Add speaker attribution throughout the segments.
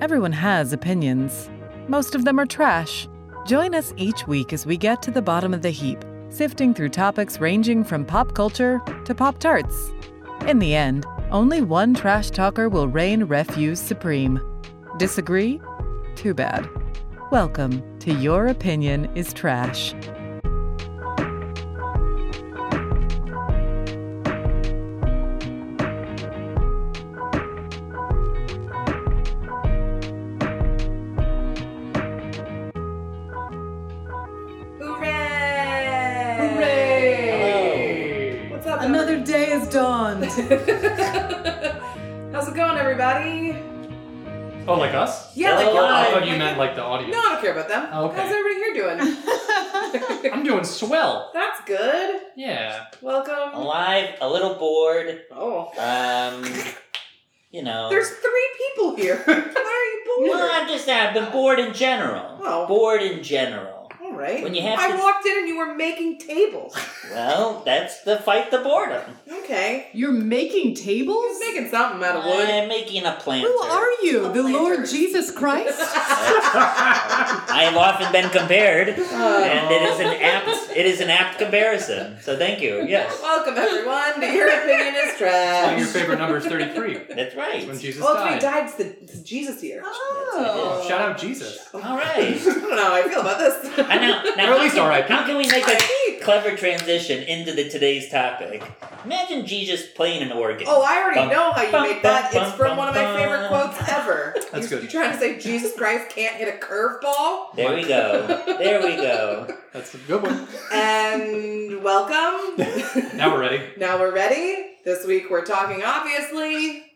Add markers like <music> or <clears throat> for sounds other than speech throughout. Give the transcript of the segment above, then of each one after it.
Speaker 1: Everyone has opinions. Most of them are trash. Join us each week as we get to the bottom of the heap, sifting through topics ranging from pop culture to Pop Tarts. In the end, only one trash talker will reign refuse supreme. Disagree? Too bad. Welcome to Your Opinion is Trash.
Speaker 2: Hooray! What's up?
Speaker 1: Another day is
Speaker 2: <laughs>
Speaker 1: dawned.
Speaker 2: How's it going, everybody?
Speaker 3: Oh, like us?
Speaker 2: Yeah, like
Speaker 4: Oh,
Speaker 3: I
Speaker 2: live.
Speaker 3: thought you meant like the audience.
Speaker 2: No, I don't care about them.
Speaker 3: Oh, okay.
Speaker 2: How's <laughs> everybody here doing?
Speaker 3: I'm doing swell.
Speaker 2: That's good.
Speaker 3: Yeah.
Speaker 4: Oh.
Speaker 2: Welcome.
Speaker 4: alive, a little bored.
Speaker 2: Oh,
Speaker 4: Um, you know.
Speaker 2: there's three people here. <laughs> Why are you
Speaker 4: no,
Speaker 2: bored?
Speaker 4: I'm just I've been bored in general.
Speaker 2: Oh.
Speaker 4: Bored in general.
Speaker 2: All right.
Speaker 4: When you have
Speaker 2: I
Speaker 4: to-
Speaker 2: walked in and you were making tables.
Speaker 4: Well, that's the fight the boredom.
Speaker 2: Okay.
Speaker 1: You're making tables?
Speaker 2: He's making something out of wood.
Speaker 4: I'm making a planter.
Speaker 1: Who are you?
Speaker 2: A
Speaker 1: The Lord
Speaker 2: planter.
Speaker 1: Jesus
Speaker 2: <laughs>
Speaker 1: Christ?
Speaker 4: I have often been compared,
Speaker 2: <laughs> Uh,
Speaker 4: and it is an apt it is an apt comparison. So thank you. Yes,
Speaker 2: welcome everyone to your opinion is
Speaker 3: Well,
Speaker 2: trash.
Speaker 3: your favorite number is 33.
Speaker 4: that's
Speaker 3: That's when
Speaker 4: right.
Speaker 3: Jesus
Speaker 2: Well, it's when he
Speaker 3: died.
Speaker 2: died's the it's Jesus here.
Speaker 4: Oh.
Speaker 3: Shout out Jesus.
Speaker 4: All
Speaker 2: <laughs>
Speaker 4: right.
Speaker 2: I don't know how I feel about this.
Speaker 4: I
Speaker 3: <laughs>
Speaker 4: know. Now,
Speaker 3: Or at least
Speaker 4: how can-
Speaker 3: RIP.
Speaker 4: How can we make a clever transition into the today's topic? Imagine Jesus playing an organ.
Speaker 2: <laughs> Oh, I already
Speaker 4: Bum,
Speaker 2: know how you
Speaker 4: bum,
Speaker 2: make that.
Speaker 4: bum,
Speaker 2: It's from
Speaker 4: bum,
Speaker 2: one of my
Speaker 4: bum.
Speaker 2: favorite quotes
Speaker 4: <laughs>
Speaker 2: ever.
Speaker 3: That's
Speaker 2: you're,
Speaker 3: good.
Speaker 2: You're trying to say Jesus Christ can't hit a curveball?
Speaker 4: There we go. There we go.
Speaker 3: That's a good one.
Speaker 2: And welcome.
Speaker 3: Now we're ready.
Speaker 2: now we're ready. This week we're talking, obviously,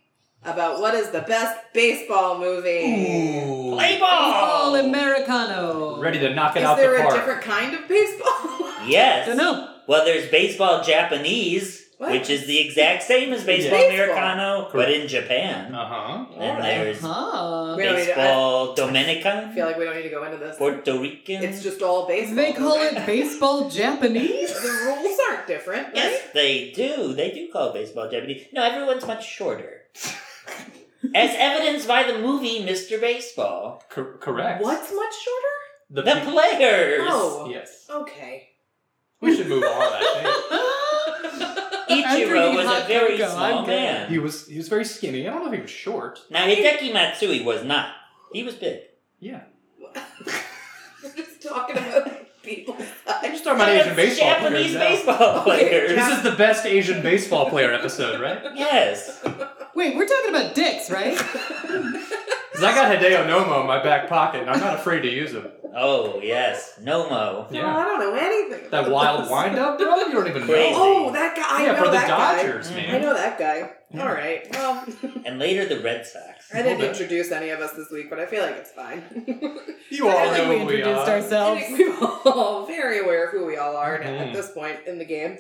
Speaker 2: about what is the best baseball movie.
Speaker 4: Play
Speaker 3: Oh.
Speaker 4: ball.
Speaker 1: Americano.
Speaker 3: Ready to knock it
Speaker 2: Is
Speaker 3: out
Speaker 2: there
Speaker 3: the
Speaker 2: a
Speaker 3: park.
Speaker 2: different kind of baseball? <laughs>
Speaker 4: Yes.
Speaker 1: Dunno.
Speaker 4: Well, there's baseball Japanese,
Speaker 2: What?
Speaker 4: which is the exact same as baseball
Speaker 2: Yeah.
Speaker 4: Americano, but in Japan.
Speaker 3: Uh huh.
Speaker 4: And there's
Speaker 1: Huh.
Speaker 2: We don't need to-
Speaker 4: baseball
Speaker 2: I
Speaker 4: Dominican,
Speaker 2: feel like we don't need to go into this.
Speaker 4: Puerto Rican.
Speaker 2: It's just all baseball.
Speaker 1: They call
Speaker 2: right?
Speaker 3: <laughs>
Speaker 1: it baseball Japanese? <laughs>
Speaker 2: The rules aren't different, right?
Speaker 4: Yes, they do. They do call baseball Japanese. No, everyone's much
Speaker 2: <laughs>
Speaker 4: shorter. As evidenced by the movie Mr. Baseball,
Speaker 3: Cor- correct.
Speaker 2: What's much shorter?
Speaker 3: The,
Speaker 4: the
Speaker 3: peop-
Speaker 4: players.
Speaker 2: Oh.
Speaker 3: Yes.
Speaker 2: Okay. <laughs>
Speaker 3: We should move on. I
Speaker 1: I'm drinking
Speaker 4: Ichiro was
Speaker 1: hot
Speaker 4: a very
Speaker 1: cocoa, I'm
Speaker 4: small
Speaker 1: good.
Speaker 3: think. He
Speaker 4: man.
Speaker 3: was he was very skinny. I don't know if he was short.
Speaker 4: Now Hideki Matsui was not. He was big.
Speaker 3: Yeah.
Speaker 2: We're just talking about <laughs> people.
Speaker 3: I'm just talking about Asian baseball
Speaker 4: Japanese
Speaker 3: players. now. <laughs>
Speaker 4: baseball players.
Speaker 3: This is the best Asian baseball player episode, right?
Speaker 4: Yes.
Speaker 1: Wait, we're talking about dicks, right?
Speaker 3: Because I got Hideo Nomo in my back pocket, and I'm not afraid to use him.
Speaker 4: Oh yes.
Speaker 2: Well,
Speaker 4: Nomo.
Speaker 2: I don't know anything.
Speaker 3: That
Speaker 2: about <laughs>
Speaker 3: wild
Speaker 2: this.
Speaker 3: windup, bro? You don't even
Speaker 4: Crazy.
Speaker 3: know.
Speaker 2: Oh, that guy. I
Speaker 3: yeah,
Speaker 2: know
Speaker 3: for the
Speaker 2: that
Speaker 3: Dodgers,
Speaker 4: guy.
Speaker 2: guy. I
Speaker 3: man.
Speaker 2: know that guy.
Speaker 3: Yeah.
Speaker 2: All right. Well,
Speaker 4: And later the Red Sox.
Speaker 2: I didn't
Speaker 3: Hold it.
Speaker 2: introduce any of us this week, but I feel like it's fine. <laughs>
Speaker 3: You
Speaker 1: I
Speaker 3: all
Speaker 1: think
Speaker 3: know
Speaker 1: we
Speaker 3: who we
Speaker 1: introduced
Speaker 3: are.
Speaker 2: I
Speaker 1: ourselves.
Speaker 2: think we're all very aware of who we all are at- at
Speaker 3: Mhm.
Speaker 2: this point in the game.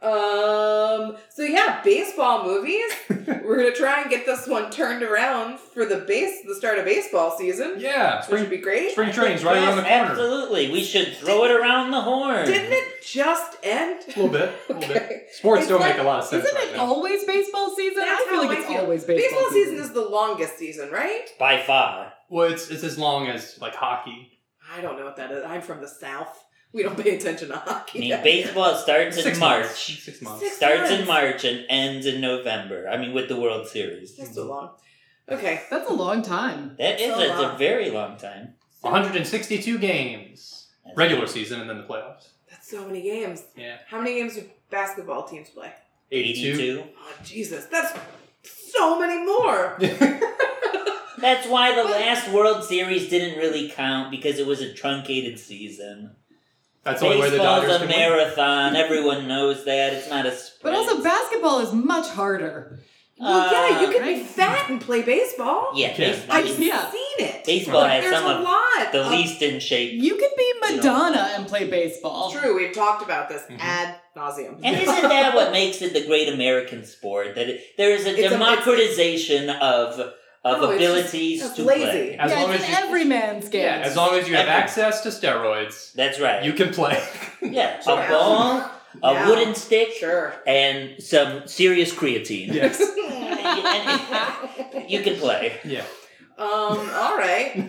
Speaker 2: Um. So yeah, baseball movies. We're gonna try and get this one turned around for the base, the start of baseball season,
Speaker 3: Yeah,
Speaker 2: which would
Speaker 3: spring,
Speaker 2: be great.
Speaker 3: spring training's right around the
Speaker 4: Yes,
Speaker 3: corner.
Speaker 4: Absolutely. We should throw it around the horn.
Speaker 2: Didn't it just end?
Speaker 3: A little bit, a little bit.
Speaker 2: Okay.
Speaker 3: Sports
Speaker 2: It's
Speaker 3: don't
Speaker 2: like-
Speaker 3: make a lot of sense
Speaker 1: Isn't
Speaker 3: right
Speaker 1: it
Speaker 3: now.
Speaker 1: always baseball season?
Speaker 2: That's
Speaker 1: I feel
Speaker 2: how
Speaker 1: like
Speaker 2: I
Speaker 1: it's
Speaker 2: feel.
Speaker 1: always baseball,
Speaker 2: Baseball season is the longest season, right?
Speaker 4: By far.
Speaker 3: Well, it's it's as long as like hockey.
Speaker 2: I don't know what that is. I'm from the South. We don't pay attention to
Speaker 4: I
Speaker 2: <laughs> hockey.
Speaker 4: mean, baseball starts in
Speaker 3: Six months.
Speaker 4: March.
Speaker 3: Six months.
Speaker 2: Six
Speaker 4: Starts
Speaker 2: months.
Speaker 4: in March and ends in November. I mean, with the World Series.
Speaker 2: That's too long. Okay.
Speaker 1: That's a long time.
Speaker 4: That is
Speaker 2: So
Speaker 4: it's a
Speaker 2: long.
Speaker 4: very long time.
Speaker 3: 162 games,
Speaker 4: That's-
Speaker 3: regular season, and then the playoffs.
Speaker 2: That's so many games.
Speaker 3: Yeah,
Speaker 2: How many games do basketball teams play?
Speaker 3: 82.
Speaker 2: Oh, Jesus. That's so many more.
Speaker 4: That's why the
Speaker 1: But-
Speaker 4: last World Series didn't really count because it was a truncated season.
Speaker 3: <laughs> That's the only way the Dodgers
Speaker 4: Baseball's a
Speaker 3: can win.
Speaker 4: marathon. Everyone knows that. It's not a
Speaker 1: But
Speaker 4: sprint.
Speaker 1: also, basketball is much harder.
Speaker 2: well, yeah, you
Speaker 4: Uh,
Speaker 2: can be
Speaker 1: right.
Speaker 2: fat and play baseball.
Speaker 4: Yeah,
Speaker 3: You can.
Speaker 4: baseball-
Speaker 1: I
Speaker 2: I've
Speaker 1: Yeah.
Speaker 2: seen it.
Speaker 4: Baseball
Speaker 2: Like,
Speaker 4: has
Speaker 2: There's
Speaker 4: some
Speaker 2: a
Speaker 4: of
Speaker 2: lot.
Speaker 4: the
Speaker 2: of-
Speaker 4: least in shape.
Speaker 1: You could be
Speaker 4: know.
Speaker 1: Madonna and play baseball.
Speaker 2: True, we've talked about this
Speaker 3: Mhm.
Speaker 2: ad nauseum.
Speaker 4: Mm-hmm.
Speaker 2: Oh,
Speaker 4: And
Speaker 2: <laughs>
Speaker 4: isn't that what makes it the great American sport? That it, there is a
Speaker 2: It's a-
Speaker 4: democratization of of
Speaker 2: No, it's just-
Speaker 4: abilities
Speaker 2: it's
Speaker 4: to
Speaker 2: lazy.
Speaker 4: play.
Speaker 3: As
Speaker 1: yeah,
Speaker 3: long
Speaker 1: it's
Speaker 3: as
Speaker 1: an
Speaker 3: you,
Speaker 1: everyman's game.
Speaker 3: yeah, as long as you have
Speaker 4: Every-
Speaker 3: access to steroids,
Speaker 4: That's right.
Speaker 3: you can play. <laughs>
Speaker 4: yeah,
Speaker 2: Sure.
Speaker 4: a ball, a
Speaker 2: Yeah.
Speaker 4: wooden stick,
Speaker 2: Sure.
Speaker 4: and some serious creatine.
Speaker 3: yes.
Speaker 4: And you- and you- you can play.
Speaker 3: Yeah.
Speaker 2: <laughs> Um, all
Speaker 4: <laughs>
Speaker 2: right.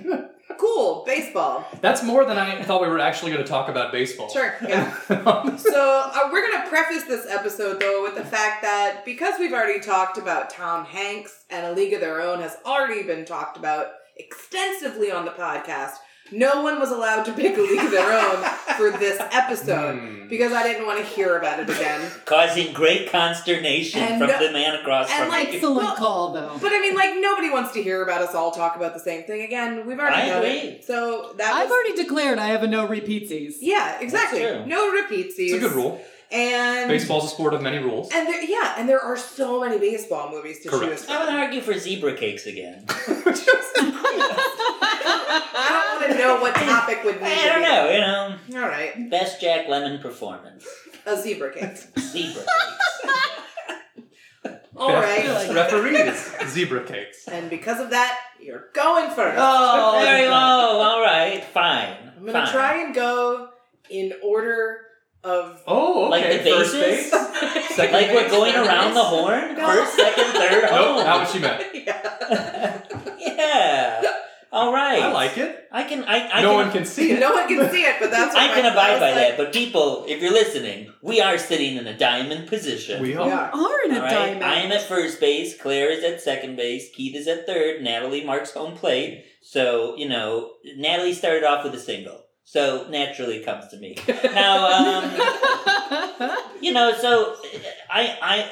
Speaker 2: cool. Baseball.
Speaker 3: That's more than I thought we were actually going to talk about baseball. <laughs>
Speaker 2: Sure. Yeah. so uh, we're going to preface this episode, though, with the fact that because we've already talked about Tom Hanks and A League of Their Own has already been talked about extensively on the podcast, no one was allowed to pick A League of Their Own for this episode
Speaker 3: Hmm.
Speaker 2: because I didn't want to hear about it again.
Speaker 4: Causing great consternation
Speaker 2: And
Speaker 4: from
Speaker 2: no-
Speaker 4: the man across
Speaker 2: and
Speaker 4: from
Speaker 2: like
Speaker 4: me.
Speaker 5: Excellent
Speaker 2: Well-
Speaker 5: call, though.
Speaker 2: But I mean, like, nobody wants to hear about us all talk about the same thing again. We've already
Speaker 4: I
Speaker 2: done
Speaker 4: agree.
Speaker 2: it. So that
Speaker 5: I've
Speaker 2: was.
Speaker 5: already declared I have a no repeatsies.
Speaker 2: yeah, exactly.
Speaker 4: That's true.
Speaker 2: No repeats.
Speaker 3: It's a good rule.
Speaker 2: And
Speaker 3: Baseball's a sport of many rules.
Speaker 2: And there, yeah, and there are so many baseball movies to
Speaker 3: Correct.
Speaker 2: choose
Speaker 4: I would
Speaker 2: from.
Speaker 4: argue for zebra
Speaker 3: <laughs>
Speaker 4: cakes again.
Speaker 2: I don't want to know what topic would need.
Speaker 4: <laughs> I don't know, you know.
Speaker 2: know. All right,
Speaker 4: Best Jack Lemon performance.
Speaker 2: a zebra cake.
Speaker 3: <laughs>
Speaker 4: Zebra cakes.
Speaker 2: All right,
Speaker 5: Good.
Speaker 3: Referees, zebra cakes.
Speaker 2: and because of that, you're going first.
Speaker 4: Oh, very low. All right, fine.
Speaker 2: I'm gonna
Speaker 4: fine.
Speaker 2: try and go in order
Speaker 4: <laughs>
Speaker 2: of.
Speaker 3: Oh,
Speaker 4: Like
Speaker 3: okay.
Speaker 4: the
Speaker 3: First
Speaker 4: bases?
Speaker 3: base, second
Speaker 4: Like oh. we're
Speaker 3: base.
Speaker 4: going around
Speaker 3: <laughs>
Speaker 4: the horn?
Speaker 2: No.
Speaker 4: First, second, third,
Speaker 3: Nope, not
Speaker 4: home.
Speaker 3: what you meant.
Speaker 2: yeah.
Speaker 4: yeah. All right.
Speaker 3: I like it.
Speaker 4: I can. I, I
Speaker 3: no
Speaker 4: can,
Speaker 3: one can see it.
Speaker 2: No one can see it, but
Speaker 4: <laughs>
Speaker 2: that's.
Speaker 4: I
Speaker 2: what
Speaker 4: can
Speaker 2: my-
Speaker 4: abide
Speaker 2: was
Speaker 4: by
Speaker 2: like,
Speaker 4: that, but people, if you're listening, we are sitting in a diamond position.
Speaker 3: We
Speaker 2: Yeah.
Speaker 3: are.
Speaker 5: Are in a
Speaker 4: All right,
Speaker 5: diamond.
Speaker 4: I am at first base. Claire is at second base. Keith is at third. Natalie marks home plate. So you know, Natalie started off with a single, so naturally it comes to
Speaker 5: <laughs>
Speaker 4: me. Now, um, you know, so uh, I, I,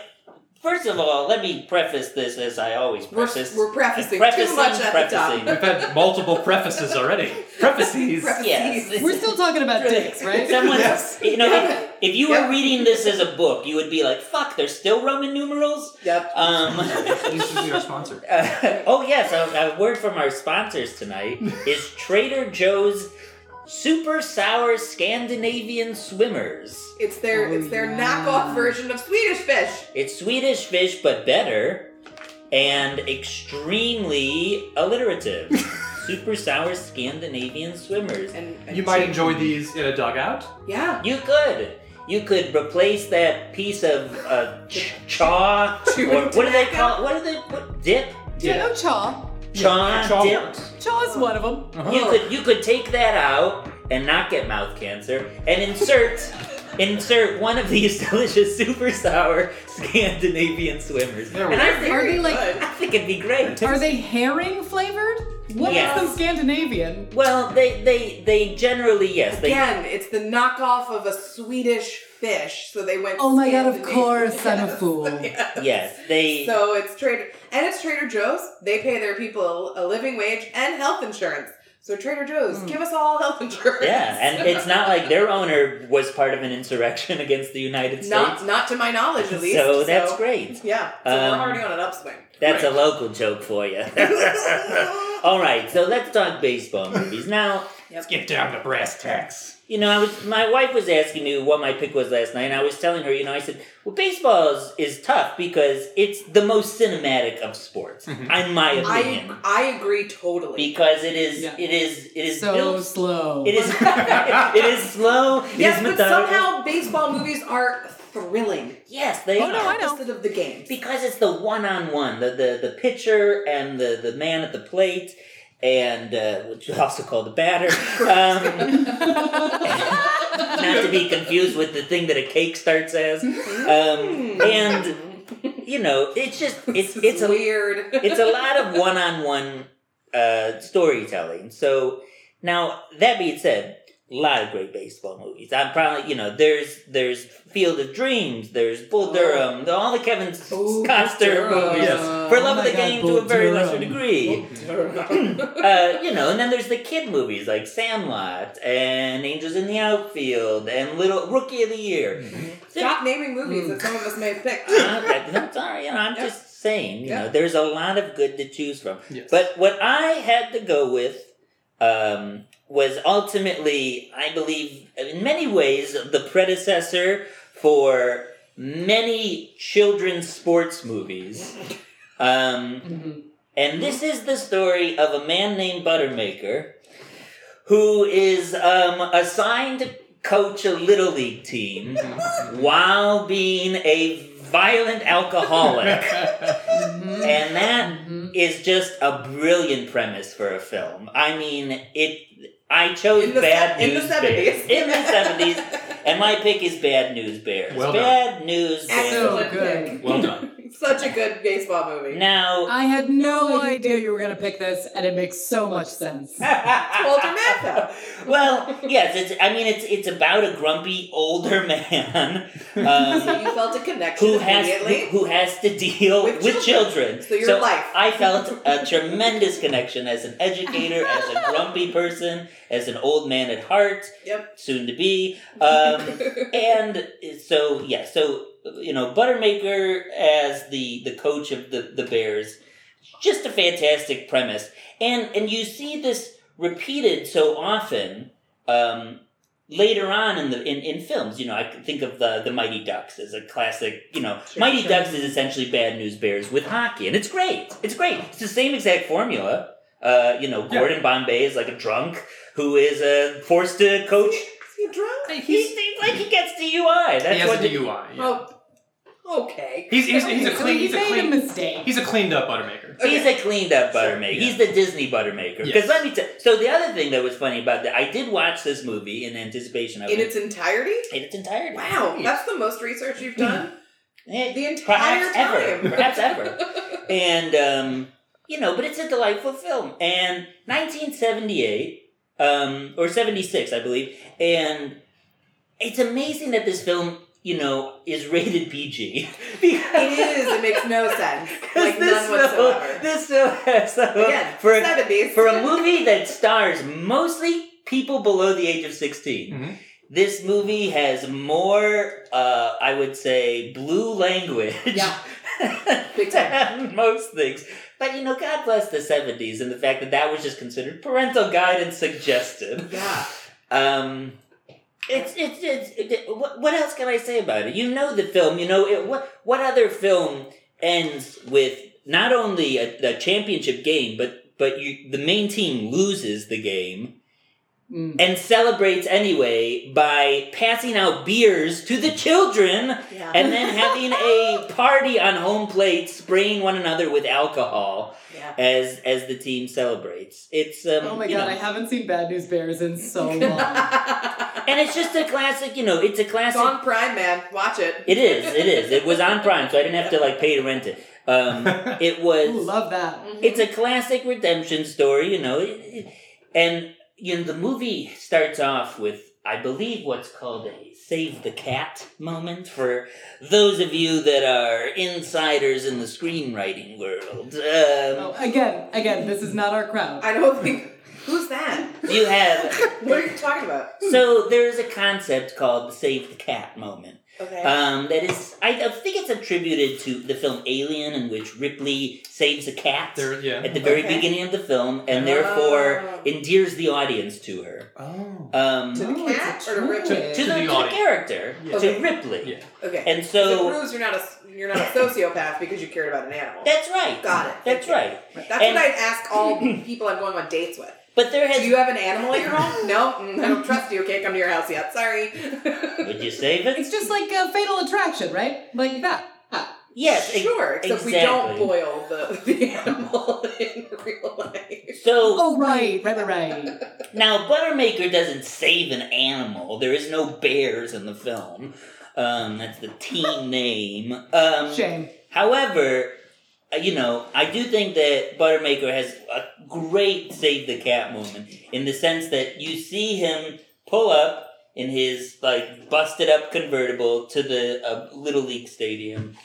Speaker 4: first of all, let me preface this as I always
Speaker 2: We're,
Speaker 4: preface.
Speaker 2: we're prefacing, too
Speaker 4: Prefacing,
Speaker 2: much at
Speaker 4: prefacing.
Speaker 2: the
Speaker 3: We've had multiple prefaces
Speaker 2: <laughs>
Speaker 3: already. Prefaces.
Speaker 2: Prefaces.
Speaker 4: yes,
Speaker 5: <laughs> We're
Speaker 2: <laughs>
Speaker 5: still talking about dicks, right?
Speaker 4: Someone,
Speaker 3: Yes.
Speaker 4: you know, if, if you
Speaker 2: Yeah.
Speaker 4: were reading this as a book, you would be like, "Fuck, there's still Roman numerals."
Speaker 2: top. Yep.
Speaker 5: <laughs>
Speaker 4: Um.
Speaker 3: This should be our sponsor.
Speaker 4: Uh, <laughs> oh yes, a, a word from our sponsors tonight is Trader Joe's super sour Scandinavian swimmers.
Speaker 2: It's their
Speaker 5: Oh,
Speaker 2: it's their
Speaker 5: yeah.
Speaker 2: knockoff version of Swedish fish.
Speaker 4: It's Swedish fish, but better and extremely alliterative. super sour Scandinavian swimmers.
Speaker 2: And, and
Speaker 3: You might enjoy these in a dugout.
Speaker 2: Yeah.
Speaker 4: You could. You could replace that piece of uh, ch- chaw, or
Speaker 2: Chewing
Speaker 4: what do they
Speaker 2: tobacco?
Speaker 4: call? What do they? What, dip?
Speaker 5: Yeah, no chaw.
Speaker 4: Chaw.
Speaker 3: Chalk
Speaker 4: dip.
Speaker 3: works.
Speaker 5: Chaw's one of them.
Speaker 3: Uh-huh.
Speaker 4: You could you could take that out and not get mouth cancer and insert insert one of these <laughs> delicious super sour Scandinavian swimmers.
Speaker 3: There we
Speaker 4: and
Speaker 3: go.
Speaker 4: I think,
Speaker 5: Are they like?
Speaker 2: Good.
Speaker 4: I think it'd be great.
Speaker 5: Are they herring flavored? What makes
Speaker 4: Yes.
Speaker 5: them Scandinavian?
Speaker 4: Well, they they they generally yes they
Speaker 2: Again, it's the knockoff of a Swedish fish, so they went.
Speaker 5: Oh my god! Of
Speaker 2: Scandinavian.
Speaker 5: course, I'm
Speaker 2: <laughs>
Speaker 5: a
Speaker 2: Yes.
Speaker 5: fool.
Speaker 4: yes they
Speaker 2: So it's Trader and it's Trader Joe's. They pay their people a living wage and health insurance. So Trader Joe's,
Speaker 5: Hmm.
Speaker 2: give us all health insurance.
Speaker 4: yeah and it's not like their owner was part of an insurrection <laughs> against the
Speaker 2: <laughs>
Speaker 4: United
Speaker 2: not
Speaker 4: States.
Speaker 2: not to my knowledge at least.
Speaker 4: <laughs> so that's great.
Speaker 2: Yeah. So
Speaker 4: Um,
Speaker 2: we're already on an
Speaker 4: <laughs>
Speaker 2: upswing.
Speaker 4: That's a local joke for you. <laughs> All right, so let's talk baseball movies now.
Speaker 3: Let's get down to brass tacks.
Speaker 4: You know, I was my wife was asking me what my pick was last night, and I was telling her, you know, I said, "Well, baseball is, is tough because it's the most cinematic of sports,
Speaker 1: Mm-hmm.
Speaker 4: in my opinion,
Speaker 2: I I agree totally.
Speaker 4: because it is
Speaker 5: Yeah.
Speaker 4: it is it is
Speaker 5: So
Speaker 4: built,
Speaker 5: slow.
Speaker 4: it is <laughs> it is slow, it is
Speaker 2: Yes, but
Speaker 4: methodical.
Speaker 2: somehow baseball movies are thrilling.
Speaker 4: yes, they
Speaker 1: Oh,
Speaker 4: are.
Speaker 1: no, I know.
Speaker 2: Opposite of the games.
Speaker 4: because it's the one on one, the the the pitcher and the the man at the plate, and uh, which is also called the batter. Um, <laughs> not to be confused with the thing that a cake starts as, um, and you know, it's just it's it's a <laughs>
Speaker 2: weird.
Speaker 4: it's a lot of one on one storytelling. So now that being said, a lot of great baseball movies. I'm probably you know there's there's Field of Dreams, there's
Speaker 5: Oh.
Speaker 4: Bull Durham, the, all the Kevin S-
Speaker 2: Ooh,
Speaker 4: Costner
Speaker 2: Durham.
Speaker 4: movies.
Speaker 3: Yes.
Speaker 4: For
Speaker 5: Oh
Speaker 4: love of
Speaker 5: my
Speaker 4: the
Speaker 5: God,
Speaker 4: game
Speaker 5: Bull
Speaker 4: to a very
Speaker 5: Durham.
Speaker 4: lesser degree. <clears throat> Uh, you know, and then there's the kid movies like Sandlot and Angels in the Outfield and Little Rookie of the Year.
Speaker 5: Mm-hmm.
Speaker 2: Stop naming movies that some of us may have
Speaker 4: <laughs>
Speaker 2: picked.
Speaker 4: Uh, that- I'm sorry, you know, I'm just saying, you
Speaker 2: Yeah.
Speaker 4: know, there's a lot of good to choose from.
Speaker 3: Yes.
Speaker 4: But what I had to go with um, was ultimately, I believe, in many ways, the predecessor for many children's sports movies. Um,
Speaker 5: Mhm.
Speaker 4: and this is the story of a man named Buttermaker who is um, assigned to coach a little league
Speaker 3: <laughs>
Speaker 4: team
Speaker 5: Mm-hmm.
Speaker 4: while being a violent alcoholic. and that is just a brilliant premise for a film. I mean, it. I chose
Speaker 2: In the
Speaker 4: Bad
Speaker 2: se- in the
Speaker 4: News
Speaker 2: 70s.
Speaker 4: Bears in
Speaker 2: <laughs>
Speaker 4: the seventies, and my pick is Bad News Bears.
Speaker 3: Well done.
Speaker 4: Bad News Bears.
Speaker 2: Excellent
Speaker 5: So good.
Speaker 2: pick.
Speaker 3: Well done.
Speaker 2: Such a good baseball movie. Um,
Speaker 4: <laughs> Now,
Speaker 5: I had no idea you were going to pick this, and it makes so much sense.
Speaker 2: Walter
Speaker 4: <laughs>
Speaker 2: Matthau.
Speaker 4: well, yes, it's. I mean, it's it's about a grumpy older <laughs> man
Speaker 2: <laughs>
Speaker 4: um,
Speaker 2: you felt a connection
Speaker 4: who has
Speaker 2: immediately.
Speaker 4: who has to deal
Speaker 2: With
Speaker 4: with,
Speaker 2: children.
Speaker 4: children.
Speaker 2: So your life.
Speaker 4: I felt a tremendous connection as an educator, as a grumpy person, as an old man at heart,
Speaker 2: Yep.
Speaker 4: soon to be. Um, and so yeah, so you know, Buttermaker as the the coach of the the Bears, just a fantastic premise, and and you see this repeated so often. Um, later on in the in, in films you know i could think of the the mighty ducks as a classic you know
Speaker 2: Sure,
Speaker 4: mighty
Speaker 2: sure.
Speaker 4: ducks is essentially bad news bears with hockey and it's great it's great it's the same exact formula uh, you know
Speaker 3: Yeah.
Speaker 4: gordon bombay is like a drunk who is uh, forced to coach
Speaker 2: Is he drunk?
Speaker 4: he seems like he gets DUI. That's
Speaker 3: he has
Speaker 4: what
Speaker 3: a DUI. yeah.
Speaker 2: <laughs> Oh, okay.
Speaker 3: He's, he's, he's a
Speaker 5: So
Speaker 3: clean.
Speaker 5: he
Speaker 3: He's a
Speaker 5: made a
Speaker 3: clean.
Speaker 5: mistake.
Speaker 3: He's a cleaned up buttermaker.
Speaker 4: He's a cleaned up
Speaker 3: Sure,
Speaker 4: buttermaker.
Speaker 3: yeah.
Speaker 4: He's the Disney buttermaker.
Speaker 3: Yes.
Speaker 4: Because let me tell. So the other thing that was funny about that, I did watch this movie in anticipation of
Speaker 2: In
Speaker 4: it
Speaker 2: its entirety?
Speaker 4: in its entirety.
Speaker 2: Wow,
Speaker 4: Yeah.
Speaker 2: that's the most research you've done
Speaker 4: <laughs> Eh,
Speaker 2: the entire
Speaker 4: perhaps
Speaker 2: time.
Speaker 4: ever, <laughs> perhaps ever. And um, you know, but it's a delightful film. And 1978 um, or 76, I believe. And it's amazing that this film, you know, is rated <laughs> PG.
Speaker 2: it is. It makes no
Speaker 4: <laughs>
Speaker 2: sense.
Speaker 4: Because
Speaker 2: Like
Speaker 4: this
Speaker 2: none
Speaker 4: <laughs> film,
Speaker 2: whatsoever.
Speaker 4: this film has a,
Speaker 2: Again,
Speaker 4: for a,
Speaker 2: 70s.
Speaker 4: for a movie that stars mostly people below the age of 16
Speaker 3: Mhm.
Speaker 4: this movie has more uh, i would say blue language
Speaker 2: Yeah. Big
Speaker 4: <laughs> than most things but you know god bless the 70s and the fact that that was just considered parental guidance suggested
Speaker 2: Yeah.
Speaker 4: um it's, it's, it's it- what, what else can I say about it? You know the film. You know it, what what other film ends with not only a, the championship game, but but you the main team loses the game
Speaker 5: Mm.
Speaker 4: and celebrates anyway by passing out beers to the children
Speaker 2: Yeah.
Speaker 4: and then having a party on home plate, spraying one another with alcohol
Speaker 2: yeah.
Speaker 4: as as the team celebrates. It's um,
Speaker 5: Oh my
Speaker 4: you
Speaker 5: god,
Speaker 4: know.
Speaker 5: I haven't seen Bad News Bears in
Speaker 4: <laughs>
Speaker 5: so long.
Speaker 4: and it's just a classic. You know, it's a
Speaker 2: it's
Speaker 4: classic
Speaker 2: on Prime, man. Watch it.
Speaker 4: It is. It is. It was on Prime, so I didn't have to like pay to rent it. Um, it
Speaker 5: Ooh,
Speaker 4: was.
Speaker 5: love that.
Speaker 4: It's a classic redemption story, you know. It- it- And you know, the movie starts off with, I believe, what's called a "save the cat" moment for those of you that are insiders in the screenwriting world. Um,
Speaker 5: Oh, again, again, this is not our crowd.
Speaker 2: I don't think. Who's
Speaker 4: <laughs>
Speaker 2: that?
Speaker 4: You have
Speaker 2: What are you talking about?
Speaker 4: so there is a concept called the "save the cat" moment.
Speaker 2: Okay.
Speaker 4: Um, that is, I, I think it's attributed to the film Alien, in which Ripley saves a cat
Speaker 3: There, yeah.
Speaker 4: at the very
Speaker 2: Okay.
Speaker 4: beginning of the film, and
Speaker 3: Oh.
Speaker 4: therefore endears the audience to her,
Speaker 3: oh.
Speaker 4: um,
Speaker 2: To
Speaker 4: to,
Speaker 2: the
Speaker 5: No, it's a
Speaker 2: cat or to
Speaker 5: choice.
Speaker 2: Richard?
Speaker 4: the,
Speaker 3: To the
Speaker 4: to the
Speaker 3: audience.
Speaker 4: character,
Speaker 3: Yeah.
Speaker 2: Okay.
Speaker 4: to Ripley,
Speaker 3: Yeah.
Speaker 2: okay.
Speaker 4: and
Speaker 2: So it
Speaker 4: so
Speaker 2: proves you're not a you're not a sociopath because you cared about an animal.
Speaker 4: that's right.
Speaker 2: Got it.
Speaker 4: That's right.
Speaker 2: That's
Speaker 4: And-
Speaker 2: what I'd ask
Speaker 4: <laughs>
Speaker 2: all people I'm going on dates with.
Speaker 4: But there
Speaker 2: Do
Speaker 4: has
Speaker 2: you have an animal at your
Speaker 4: <laughs>
Speaker 2: home? No, Mm, I don't trust you. Can't come to your house yet. Sorry.
Speaker 4: would you save
Speaker 2: <laughs>
Speaker 4: it?
Speaker 5: It's just like a fatal attraction, right? Like that. Ah.
Speaker 4: <laughs> Yes. ex-
Speaker 2: sure. Except we don't
Speaker 4: exactly.
Speaker 2: boil the, the animal <laughs> in real life.
Speaker 4: So
Speaker 5: Oh, right, right, right, right.
Speaker 4: Now, Buttermaker doesn't save an animal. There is no bears in the film. Um, that's the team name. Um,
Speaker 5: Shame.
Speaker 4: However, uh, you know, I do think that Buttermaker has a great save the cat moment in the sense that you see him pull up in his like busted up convertible to the uh, little league stadium,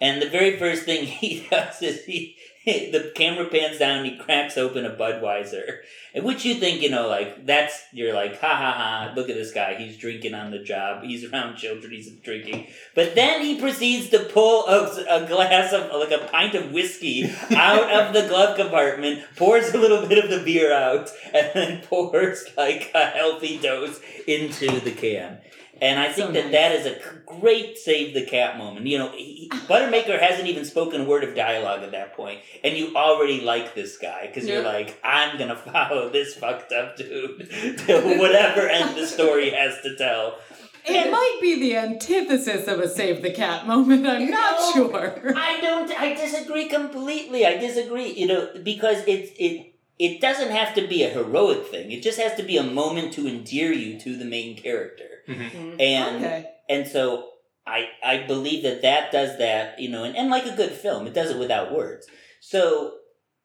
Speaker 4: and the very first thing <laughs> he does is he. The camera pans down. He cracks open a Budweiser, and which you think you know, like that's you're like, ha ha ha! Look at this guy. He's drinking on the job. He's around children. He's drinking. But then he proceeds to pull a, a glass of, like a pint of whiskey out of the glove compartment, pours a little bit of the beer out, and then pours like a healthy dose into the can. And I think
Speaker 5: So
Speaker 4: that
Speaker 5: nice.
Speaker 4: that is a c- great save the cat moment. You know, he, he- Buttermaker hasn't even spoken a word of dialogue at that point, and you already like this guy because you're
Speaker 2: Yeah.
Speaker 4: like, I'm gonna <laughs> follow this fucked up dude to whatever end the story has to tell.
Speaker 5: It might be the antithesis of a save the cat moment. I'm not
Speaker 4: No.
Speaker 5: sure.
Speaker 4: I don't. I disagree completely. I disagree. You know, because it it it doesn't have to be a heroic thing. It just has to be a moment to endear you to the main character. And
Speaker 5: Okay.
Speaker 4: and so I I believe that that does that. You know, and, and like a good film, it does it without words. So.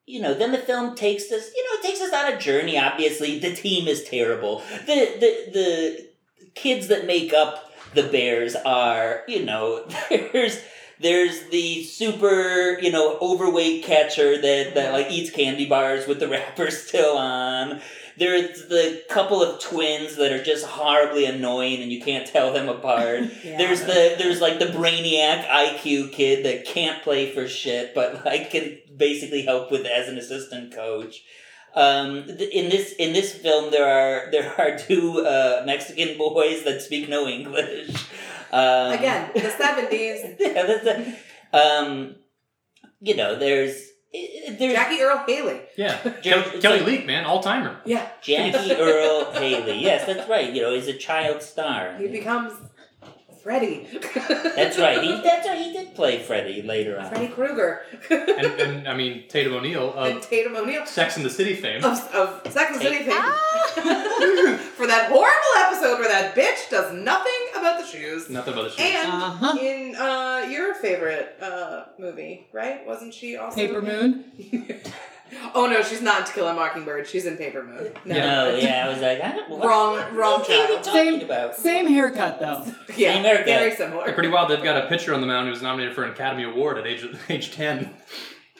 Speaker 4: You know, then the film takes us. You know, it takes us on a journey. Obviously, the team is terrible. The the the kids that make up the Bears are, you know, <laughs> there's there's the super, you know, overweight catcher that, that like eats candy bars with the <laughs> wrapper still on. There's the couple of twins that are just horribly annoying and you can't tell them apart. There's the there's like the brainiac IQ kid that can't play for shit, but like can basically help with as an assistant coach. Um, th- in this in this film, there are there <laughs> are two uh, Mexican boys that speak no English. Um,
Speaker 2: Again, the 70s.
Speaker 4: <laughs> yeah, that's a, um, you know, there's i- i- there's
Speaker 2: Jackie Earl Haley.
Speaker 3: <laughs> Yeah.
Speaker 4: Jer-
Speaker 3: Kelly, Kelly Leak, man, all
Speaker 4: <laughs>
Speaker 3: timer.
Speaker 2: Yeah.
Speaker 4: Jackie Earl Haley. Yes, that's right. You know, is a child star.
Speaker 2: He becomes Freddy.
Speaker 4: That's right. He that's right. He did play Freddy later on.
Speaker 2: <laughs> Freddy Krueger.
Speaker 4: Um,
Speaker 3: And, and I mean Tatum O'Neill
Speaker 2: and
Speaker 3: of uh,
Speaker 2: Tatum O'Neal.
Speaker 3: Sex and the City fame.
Speaker 2: Of, of Sex and the City fame.
Speaker 5: Ah.
Speaker 2: <laughs> For that horrible episode where that bitch does nothing about the shoes.
Speaker 3: Nothing about the show.
Speaker 2: And
Speaker 5: Uh-huh.
Speaker 2: in uh, your favorite uh, movie, right? Wasn't she also
Speaker 5: Paper Moon.
Speaker 2: <laughs> Oh no, she's not in To Kill a Mockingbird. She's in Paper Moon. No. <laughs>
Speaker 3: Yeah.
Speaker 4: No, yeah, I was like, I don't, what,
Speaker 2: Wrong, wrong
Speaker 4: what are we
Speaker 2: child.
Speaker 4: talking
Speaker 5: Same-
Speaker 4: about?
Speaker 5: Same haircut though.
Speaker 2: Yeah,
Speaker 4: Same haircut.
Speaker 2: very similar.
Speaker 3: Pretty wild. They've got a pitcher on the mound who was nominated for an Academy Award at age <laughs> age ten.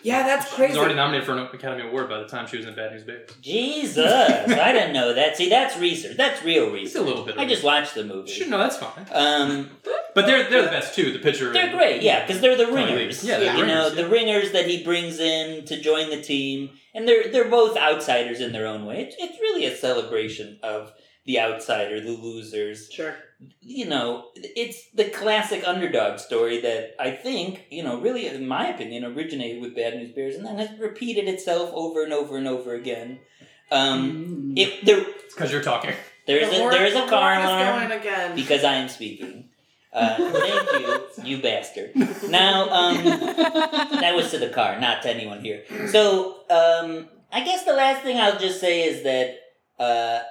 Speaker 2: Yeah, that's
Speaker 3: She
Speaker 2: crazy.
Speaker 3: was already nominated for an Academy Award by the time she was in Bad News Bears.
Speaker 4: Jesus, I didn't know that. See, that's research. That's real
Speaker 3: It's a
Speaker 4: research.
Speaker 3: little bit. Of
Speaker 4: I just watched the movie.
Speaker 3: should know that's fine.
Speaker 4: Um,
Speaker 3: But they're they're the best too. The pitcher.
Speaker 4: they're great, yeah, because they're the
Speaker 3: Totally.
Speaker 4: ringers.
Speaker 3: Yeah,
Speaker 2: they're
Speaker 4: you know
Speaker 3: ringers,
Speaker 4: the ringers that he brings in to join the team, and they're they're both outsiders in their own way. It's, it's really a celebration of the outsider, the losers.
Speaker 2: Sure.
Speaker 4: You know, it's the classic underdog story that I think you know really, in my opinion, originated with Bad News Bears, and then has repeated itself over and over and over again. Um,
Speaker 5: Mm.
Speaker 4: if there
Speaker 3: Because you're talking.
Speaker 4: There's
Speaker 2: The
Speaker 4: a
Speaker 2: horn-
Speaker 4: there's
Speaker 2: the
Speaker 4: a
Speaker 2: horn
Speaker 4: car
Speaker 2: is
Speaker 4: alarm
Speaker 2: going again.
Speaker 4: because I am speaking. Uh, thank you, you bastard. Now, um, that was to the car, not to anyone here. So, um, I guess the last thing I'll just say is that uh,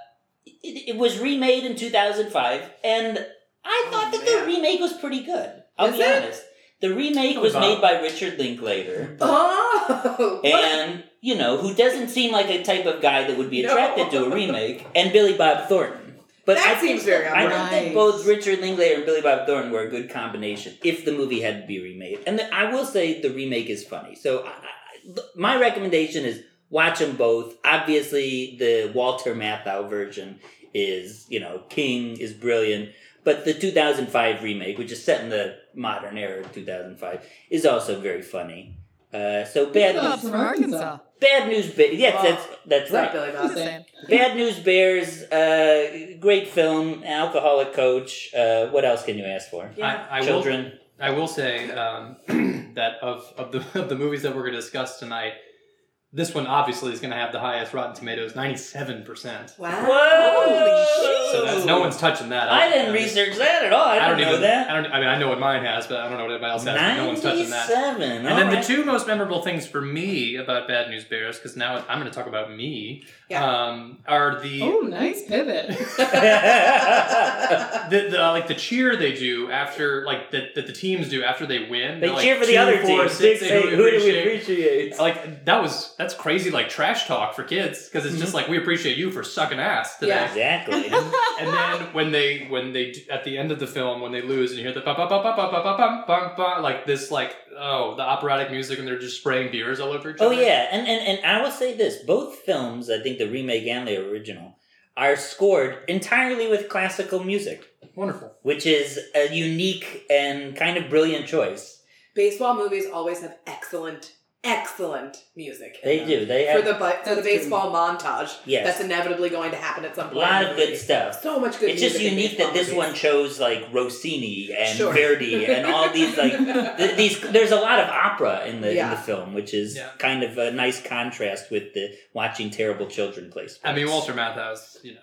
Speaker 4: it, it was remade in 2005, and I
Speaker 2: Oh,
Speaker 4: thought that
Speaker 2: man.
Speaker 4: the remake was pretty good. I'll
Speaker 2: Is
Speaker 4: be
Speaker 2: it?
Speaker 4: honest. The remake
Speaker 3: Oh,
Speaker 4: was
Speaker 3: wow.
Speaker 4: made by Richard Linklater,
Speaker 2: oh, <laughs>
Speaker 4: and you know who doesn't seem like a type of guy that would be
Speaker 2: No.
Speaker 4: attracted to a remake, and Billy Bob Thornton. But
Speaker 2: That
Speaker 4: I think-
Speaker 2: seems very
Speaker 4: I
Speaker 5: unlikely.
Speaker 4: don't think
Speaker 5: Right.
Speaker 4: both Richard Linklater and Billy Bob Thornton were a good combination if the movie had to be remade. And the, I will say the remake is funny. So I, I, my recommendation is watch them both. Obviously, the Walter Matthau version is, you know, King is brilliant. But the 2005 remake, which is set in the modern era of 2005, is also very funny. Uh, so bad
Speaker 5: Bob's
Speaker 4: news,
Speaker 5: from Arkansas.
Speaker 4: bad news, ba- yes, that's that's
Speaker 2: Is that
Speaker 4: right.
Speaker 2: Billy
Speaker 5: Just
Speaker 2: Bob?
Speaker 5: saying.
Speaker 4: Bad News Bears, uh, great film, alcoholic coach. Uh, what else can you ask for?
Speaker 2: Yeah.
Speaker 3: I, I will
Speaker 4: Children.
Speaker 3: I will say um, <clears throat> that of, of the <laughs> of the movies that we're going to discuss tonight, this one obviously is going to have the highest Rotten Tomatoes, ninety seven percent.
Speaker 2: Wow.
Speaker 4: Whoa!
Speaker 3: So that's, no one's touching that.
Speaker 4: I didn't research that at all. I,
Speaker 3: I
Speaker 4: don't
Speaker 3: don't
Speaker 4: know
Speaker 3: even.
Speaker 4: that.
Speaker 3: I don't. I mean, I know what mine has, but I don't know what anybody else has. but No one's touching that.
Speaker 4: Ninety-seven.
Speaker 3: And then the two most memorable things for me about Bad News Bears, because now I'm going to talk about me,
Speaker 2: Yeah.
Speaker 3: um, are the
Speaker 5: Oh, nice pivot.
Speaker 3: <laughs>
Speaker 4: two.
Speaker 3: the, the uh, like the cheer they do after like that that the teams do after they win.
Speaker 4: they
Speaker 3: They're like,
Speaker 4: cheer for the
Speaker 3: two,
Speaker 4: other
Speaker 3: four,
Speaker 4: team.
Speaker 3: six,
Speaker 4: Six,
Speaker 3: eight,
Speaker 4: eight, who do we
Speaker 3: appreciate?
Speaker 4: appreciate?
Speaker 3: It's like that was that's crazy like trash talk for kids because it's just like we appreciate you for sucking ass today.
Speaker 2: Mm-hmm. Yeah.
Speaker 3: <laughs>
Speaker 4: Exactly.
Speaker 3: And then when they when they do- at the end of the film when they lose and you hear the bum bum bum bum bum bum bum bum bum like this like oh the operatic music and they're just spraying beers all over each
Speaker 4: Oh
Speaker 3: other.
Speaker 4: yeah, and, and and I will say this: both films, I think the remake and the original, are scored entirely with classical music.
Speaker 3: wonderful.
Speaker 4: which is a unique and kind of brilliant choice.
Speaker 2: <laughs> Baseball movies always have excellent, excellent music. in
Speaker 4: They
Speaker 2: them.
Speaker 4: do. They
Speaker 2: For
Speaker 4: have
Speaker 2: the, bu- for the
Speaker 5: That's
Speaker 2: baseball montage
Speaker 4: Yes.
Speaker 2: that's inevitably going to happen at some
Speaker 4: a
Speaker 2: point.
Speaker 4: lot
Speaker 2: in
Speaker 4: of
Speaker 2: the
Speaker 4: good
Speaker 2: movie.
Speaker 4: stuff.
Speaker 2: So much good
Speaker 4: It's just
Speaker 2: music in
Speaker 4: unique
Speaker 2: baseball
Speaker 4: that this
Speaker 2: movies.
Speaker 4: one chose like Rossini and
Speaker 2: Sure.
Speaker 4: Verdi and all these
Speaker 2: <laughs>
Speaker 4: like th- these. There's a lot of opera in the in
Speaker 2: Yeah.
Speaker 4: the film, which is
Speaker 3: Yeah.
Speaker 4: kind of a nice contrast with the watching terrible children play.
Speaker 3: I mean
Speaker 4: sports.
Speaker 3: Walter Matthau's you know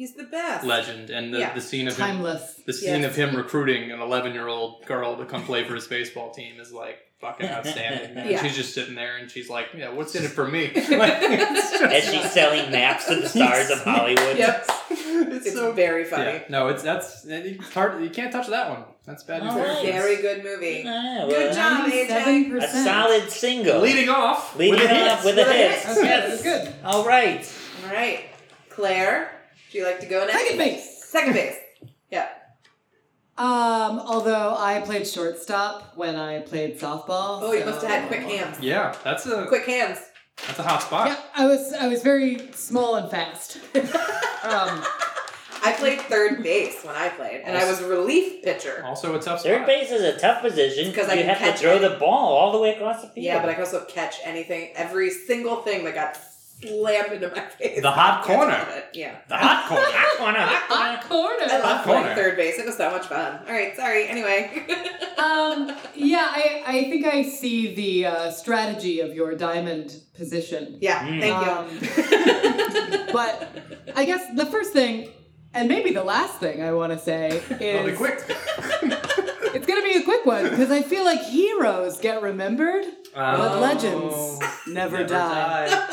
Speaker 2: He's the best.
Speaker 3: legend, and the,
Speaker 2: Yeah.
Speaker 3: the scene of him,
Speaker 5: Timeless.
Speaker 3: the scene
Speaker 2: Yes.
Speaker 3: of him recruiting an 11 year old girl to come play for his baseball team is like fucking
Speaker 2: <laughs>
Speaker 3: outstanding. man.
Speaker 2: Yeah.
Speaker 3: She's just sitting there and she's like, "Yeah, what's in it for
Speaker 2: <laughs>
Speaker 3: me?" <laughs>
Speaker 4: As she's selling maps to the stars of Hollywood.
Speaker 2: Yep.
Speaker 3: it's,
Speaker 2: It's
Speaker 3: so
Speaker 2: very funny.
Speaker 3: yeah. No, it's that's it's hard. You can't touch that one. That's bad.
Speaker 4: All
Speaker 3: news.
Speaker 4: right.
Speaker 2: Very good movie.
Speaker 4: Ah, well,
Speaker 2: Good job, AJ.
Speaker 5: 97%.
Speaker 4: A solid single.
Speaker 3: Leading off.
Speaker 4: Leading
Speaker 3: with a
Speaker 4: off
Speaker 3: hit.
Speaker 4: with a
Speaker 2: With a
Speaker 4: hit.
Speaker 2: hit.
Speaker 5: Okay, that's good.
Speaker 4: All right.
Speaker 2: All right. Claire, do you like to go next?
Speaker 5: Second base.
Speaker 2: Second base. Yeah.
Speaker 5: Um, although I played shortstop when I played softball.
Speaker 2: Oh, you
Speaker 5: so-
Speaker 2: must have had quick hands.
Speaker 3: Yeah, that's a
Speaker 2: Quick hands.
Speaker 3: that's a hot spot.
Speaker 5: Yeah, I was I was very small and fast. <laughs> um,
Speaker 2: I played third base when I played, and I was relief pitcher.
Speaker 3: Also a tough spot.
Speaker 4: Third base is a tough position
Speaker 2: 'Cause
Speaker 4: because
Speaker 2: I
Speaker 4: you
Speaker 2: can
Speaker 4: have
Speaker 2: catch
Speaker 4: to throw
Speaker 2: it.
Speaker 4: the ball all the way across the field.
Speaker 2: Yeah, but I could also catch anything, every single thing that got slammed into my <laughs> face.
Speaker 3: The hot
Speaker 2: I could
Speaker 3: corner.
Speaker 2: catch it. Yeah.
Speaker 3: The hot corner.
Speaker 4: Hot corner, hot corner.
Speaker 5: hot corner.
Speaker 2: I
Speaker 3: Hot
Speaker 2: loved playing
Speaker 3: corner.
Speaker 2: third base. It was so much fun. All right, sorry. Anyway. <laughs>
Speaker 5: um, yeah, I, I think I see the uh, strategy of your diamond position.
Speaker 2: yeah,
Speaker 4: Mm.
Speaker 2: thank you.
Speaker 5: Um,
Speaker 2: <laughs>
Speaker 5: but I guess the first thing, and maybe the last thing I want to say
Speaker 3: I'll be
Speaker 5: is
Speaker 3: quick.
Speaker 5: <laughs> it's going to be a quick one because I feel like heroes get remembered, but
Speaker 3: Um,
Speaker 5: legends never, die. <laughs>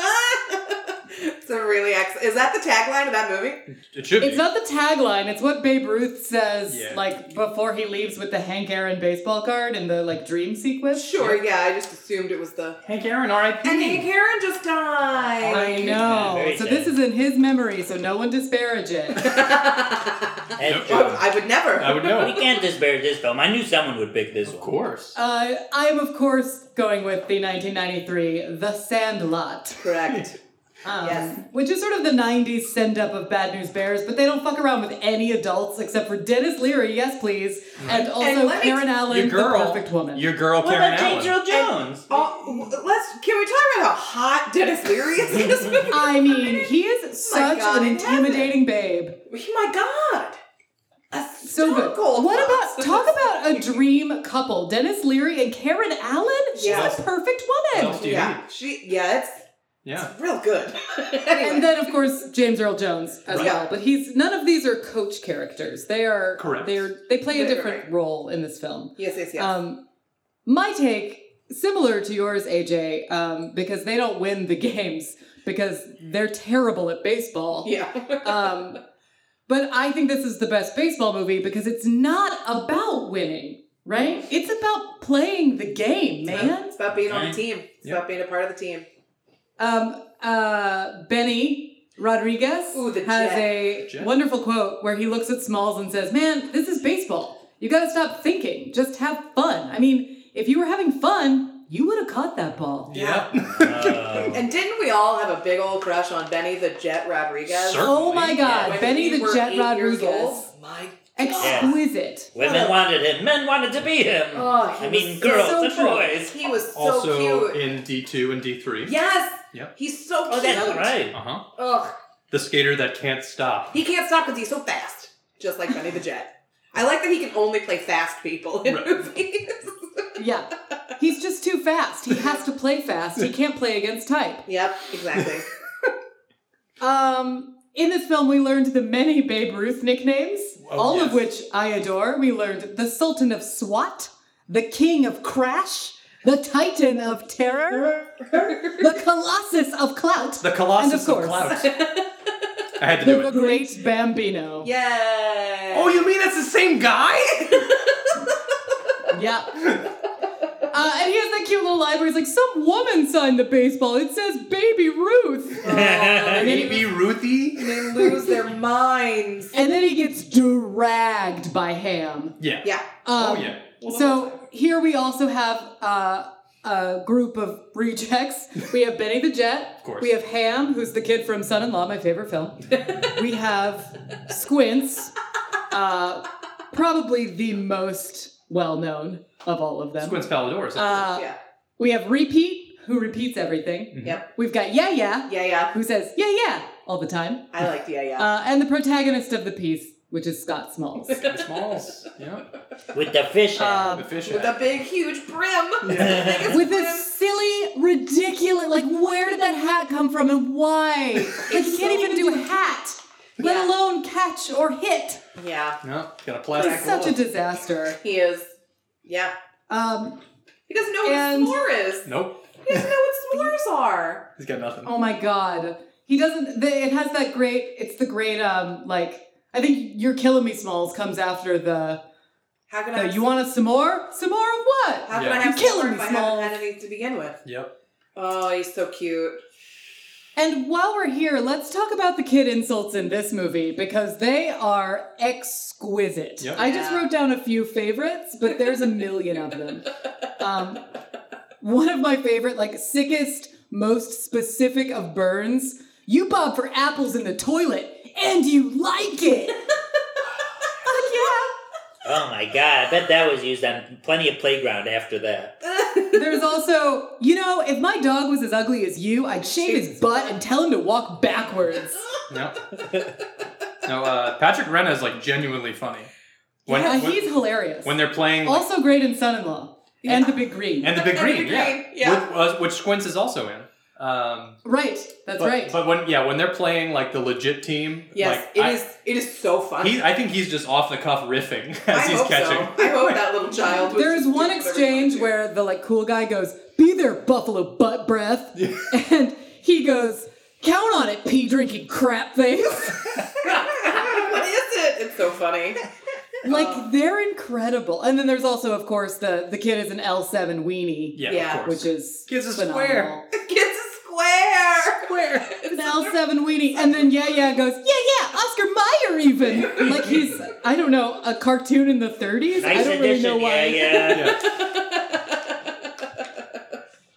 Speaker 2: it's a really ex- Is that the tagline of that movie?
Speaker 3: It should
Speaker 5: It's
Speaker 3: be.
Speaker 5: not the tagline. It's what Babe Ruth says,
Speaker 3: Yeah.
Speaker 5: like before he leaves with the Hank Aaron baseball card in the like dream sequence.
Speaker 2: Sure, yeah, I just assumed it was the.
Speaker 3: Hank Aaron, R.I.P.
Speaker 2: And Hank Aaron just
Speaker 5: I
Speaker 2: died! <laughs>
Speaker 5: know.
Speaker 4: Very
Speaker 5: So this
Speaker 4: sad.
Speaker 5: is in his memory, so no one
Speaker 3: <laughs>
Speaker 5: disparage it.
Speaker 2: I
Speaker 4: That's
Speaker 3: Nope.
Speaker 4: true.
Speaker 2: would never.
Speaker 3: I would
Speaker 4: We
Speaker 5: <laughs>
Speaker 3: know.
Speaker 4: can't disparage this film. I knew someone would pick this
Speaker 3: Of
Speaker 4: one.
Speaker 3: course.
Speaker 5: Uh, I am, of course, going with the 1993 The Sandlot,
Speaker 2: Correct.
Speaker 5: um,
Speaker 2: Yes.
Speaker 5: which is sort of the 90s send up of Bad News Bears, but they don't fuck around with any adults except for Dennis Leary, yes please, and also
Speaker 2: let me
Speaker 5: Karen
Speaker 2: t-
Speaker 5: Allen,
Speaker 3: Mm-hmm. Your girl,
Speaker 5: the perfect woman.
Speaker 3: your girl,
Speaker 4: What
Speaker 3: Karen
Speaker 4: about James
Speaker 3: Allen. <laughs>
Speaker 4: Earl Jones?
Speaker 2: Oh, w- let's. Can we talk about how hot Dennis Leary is in this movie?
Speaker 5: <laughs> I mean, he is
Speaker 2: Oh My
Speaker 5: such
Speaker 2: God,
Speaker 5: an
Speaker 2: in
Speaker 5: intimidating babe.
Speaker 2: my God. A
Speaker 5: So
Speaker 2: stone
Speaker 5: good.
Speaker 2: cold
Speaker 5: What
Speaker 2: hot. <laughs>
Speaker 5: about talk about a dream couple? Dennis Leary and Karen Allen? She's
Speaker 2: Yeah.
Speaker 5: a perfect
Speaker 3: What
Speaker 5: woman.
Speaker 3: else do you need?
Speaker 2: Yeah, she. Yeah, it's,
Speaker 3: Yeah.
Speaker 2: it's real
Speaker 5: <laughs>
Speaker 2: good.
Speaker 5: And then, of course, James Earl Jones as
Speaker 2: Right.
Speaker 5: well. But he's none of these are coach characters. They are
Speaker 3: Correct.
Speaker 5: They are they play a
Speaker 2: Right,
Speaker 5: different
Speaker 2: right.
Speaker 5: role in this film.
Speaker 2: yes, yes, yes.
Speaker 5: Um, my take, similar to yours, AJ, um, because they don't win the <laughs> games because they're terrible at baseball.
Speaker 2: yeah.
Speaker 5: <laughs> Um, but I think this is the best baseball movie because it's not about winning, right? It's about playing the game, man.
Speaker 2: It's about being on the
Speaker 4: Okay.
Speaker 2: team. It's
Speaker 3: Yep.
Speaker 2: about being a part of the team.
Speaker 5: Um, uh, Benny Rodriguez
Speaker 2: Ooh, the
Speaker 5: has
Speaker 2: jet.
Speaker 5: a
Speaker 3: Jet.
Speaker 5: wonderful quote where he looks at Smalls and says, Man, this is baseball. You got to stop thinking. Just have fun. I mean, if you were having fun, you would have caught that ball.
Speaker 3: Yeah.
Speaker 5: <laughs>
Speaker 4: Oh.
Speaker 2: And didn't we all have a big old crush on Benny the Jet Rodriguez?
Speaker 3: Sure.
Speaker 5: Oh my God,
Speaker 2: When
Speaker 5: Benny
Speaker 2: we
Speaker 5: the
Speaker 2: were
Speaker 5: Jet
Speaker 2: eight years
Speaker 5: Rodriguez.
Speaker 2: old, My
Speaker 5: Exquisite.
Speaker 4: Women wanted him. Men wanted to be him.
Speaker 2: Oh, he
Speaker 4: I mean,
Speaker 2: was
Speaker 4: girls
Speaker 5: so
Speaker 4: and
Speaker 5: true.
Speaker 4: boys.
Speaker 2: He was so
Speaker 3: Also
Speaker 2: cute.
Speaker 3: in D two and D three.
Speaker 2: Yes.
Speaker 3: Yep.
Speaker 2: He's so
Speaker 4: Oh,
Speaker 2: cute.
Speaker 4: that's right.
Speaker 3: Uh huh.
Speaker 2: Ugh.
Speaker 3: The skater that can't stop.
Speaker 2: He can't stop because he's so fast. Just like Benny the Jet. I like that he can only play fast people in
Speaker 3: Right.
Speaker 2: movies. <laughs>
Speaker 5: Yeah. He's just too fast. He has to play fast. He can't play against type.
Speaker 2: yep, exactly.
Speaker 5: Um, in this film, we learned the many Babe Ruth nicknames,
Speaker 3: Oh,
Speaker 5: all
Speaker 3: yes.
Speaker 5: of which I adore. We learned the Sultan of SWAT, the King of Crash, the Titan
Speaker 3: <laughs>
Speaker 5: of Terror, the Colossus of Clout,
Speaker 3: The Colossus
Speaker 5: And of course.
Speaker 3: Clouds. I had to
Speaker 5: the, <laughs>
Speaker 3: do it.
Speaker 5: Great Bambino.
Speaker 2: Yay.
Speaker 3: Oh, you mean it's the same guy? <laughs>
Speaker 5: Yeah. Uh, and he has that cute little line where he's like, "Some woman signed the baseball. It says Baby Ruth."
Speaker 3: <laughs> Baby Ruthie.
Speaker 2: They lose their minds.
Speaker 5: And then he gets dragged by Ham.
Speaker 3: Yeah.
Speaker 2: <laughs> Yeah.
Speaker 5: Um,
Speaker 3: Oh yeah.
Speaker 5: so here we also have uh, a group of rejects. We have Benny the Jet. Of
Speaker 3: course.
Speaker 5: We have Ham, who's the kid from Son in Law, my favorite film. we have Squints, uh, probably the most well known of all of them.
Speaker 3: Squints Palidor. <laughs> is that-
Speaker 5: Uh,
Speaker 2: yeah.
Speaker 5: we have Repeat, who repeats everything.
Speaker 3: Mm-hmm.
Speaker 2: Yep.
Speaker 5: We've got Yeah Yeah,
Speaker 2: Yeah, yeah.
Speaker 5: who says Yeah Yeah all the time.
Speaker 2: I liked yeah, yeah.
Speaker 5: Uh, and the protagonist of the piece, which is Scott
Speaker 2: <laughs>
Speaker 5: Smalls.
Speaker 3: Smalls. Yeah.
Speaker 4: <laughs> With the fish. hat.
Speaker 5: Um,
Speaker 3: The fish.
Speaker 2: With
Speaker 3: hat.
Speaker 2: a big, huge <laughs> brim.
Speaker 4: Yeah.
Speaker 5: with this silly, ridiculous, like, where did that hat come from and why? Like, you can't even do a hat. let
Speaker 2: Yeah.
Speaker 5: alone catch or hit.
Speaker 2: Yeah,
Speaker 3: No, got a
Speaker 5: It's
Speaker 3: plastic
Speaker 5: such a
Speaker 3: wall.
Speaker 5: disaster.
Speaker 2: he is. Yeah.
Speaker 5: Um,
Speaker 2: He doesn't know what
Speaker 5: And-
Speaker 2: s'more is.
Speaker 3: nope,
Speaker 2: He doesn't know what s'mores are.
Speaker 3: he's got nothing.
Speaker 5: oh my god, he doesn't. The, it has that great. It's the great. Um, like I think you're killing me, Smalls comes after the.
Speaker 2: How can I?
Speaker 5: the you want us some more? Some more of what?
Speaker 2: How can
Speaker 3: Yeah.
Speaker 2: I have
Speaker 5: You're
Speaker 2: s'more
Speaker 5: killing
Speaker 2: if
Speaker 5: me,
Speaker 2: I
Speaker 5: Small.
Speaker 2: haven't had anything to begin with?
Speaker 3: Yep.
Speaker 2: Oh, he's so cute.
Speaker 5: And while we're here, let's talk about the kid insults in this movie because they are exquisite.
Speaker 3: Yep.
Speaker 5: I just
Speaker 2: Yeah.
Speaker 5: wrote down a few favorites, but there's a million of them. Um, one of my favorite, like sickest, most specific of burns. You bob for apples in the toilet, and you like it. Fuck yeah!
Speaker 4: Oh my god, I bet that was used on plenty of playground after that.
Speaker 5: There's also, you know, if my dog was as ugly as you, I'd shave his butt and tell him to walk backwards.
Speaker 2: <laughs>
Speaker 3: No. no, uh, Patrick Renna is like genuinely funny. When
Speaker 5: yeah,
Speaker 3: when,
Speaker 5: Uh, he's hilarious.
Speaker 3: when they're playing like,
Speaker 5: Also great in Son-in-Law and The Big Green.
Speaker 3: and the big
Speaker 2: And the
Speaker 3: green,
Speaker 2: Big
Speaker 3: yeah,
Speaker 2: Green, yeah.
Speaker 3: Which, uh, which Squints is also in. Um,
Speaker 5: right, that's
Speaker 3: but,
Speaker 5: right.
Speaker 3: But when yeah, when they're playing like the legit team,
Speaker 2: Yes,
Speaker 3: like,
Speaker 2: it
Speaker 3: I,
Speaker 2: is. It is so funny.
Speaker 3: He, I think he's just off the cuff riffing <laughs> as
Speaker 2: I
Speaker 3: he's
Speaker 2: hope
Speaker 3: catching.
Speaker 2: so. I hope that little child. Was
Speaker 5: There's one
Speaker 2: doing whatever he
Speaker 5: exchange
Speaker 2: wanted to.
Speaker 5: where the like cool guy goes, "Be there, Buffalo butt breath," and he goes, "Count on it, pee drinking crap face."
Speaker 2: <laughs> what is it? It's so
Speaker 5: <laughs>
Speaker 2: funny.
Speaker 5: <laughs> like they're incredible. And then there's also, of course, the the kid is an L7 weenie,
Speaker 3: Yeah,
Speaker 2: Yeah.
Speaker 3: of course.
Speaker 5: which is
Speaker 3: Kid's a
Speaker 5: phenomenal.
Speaker 3: square.
Speaker 2: Kids a square.
Speaker 5: Square.
Speaker 2: It's
Speaker 5: An
Speaker 2: such
Speaker 5: L
Speaker 2: a-
Speaker 5: seven weenie, and then yeah, yeah goes yeah, yeah. Oscar Mayer even like he's I don't know a cartoon in the thirties. I
Speaker 4: Nice
Speaker 5: don't really
Speaker 4: addition,
Speaker 5: know why.
Speaker 4: yeah,
Speaker 3: <laughs>
Speaker 4: yeah.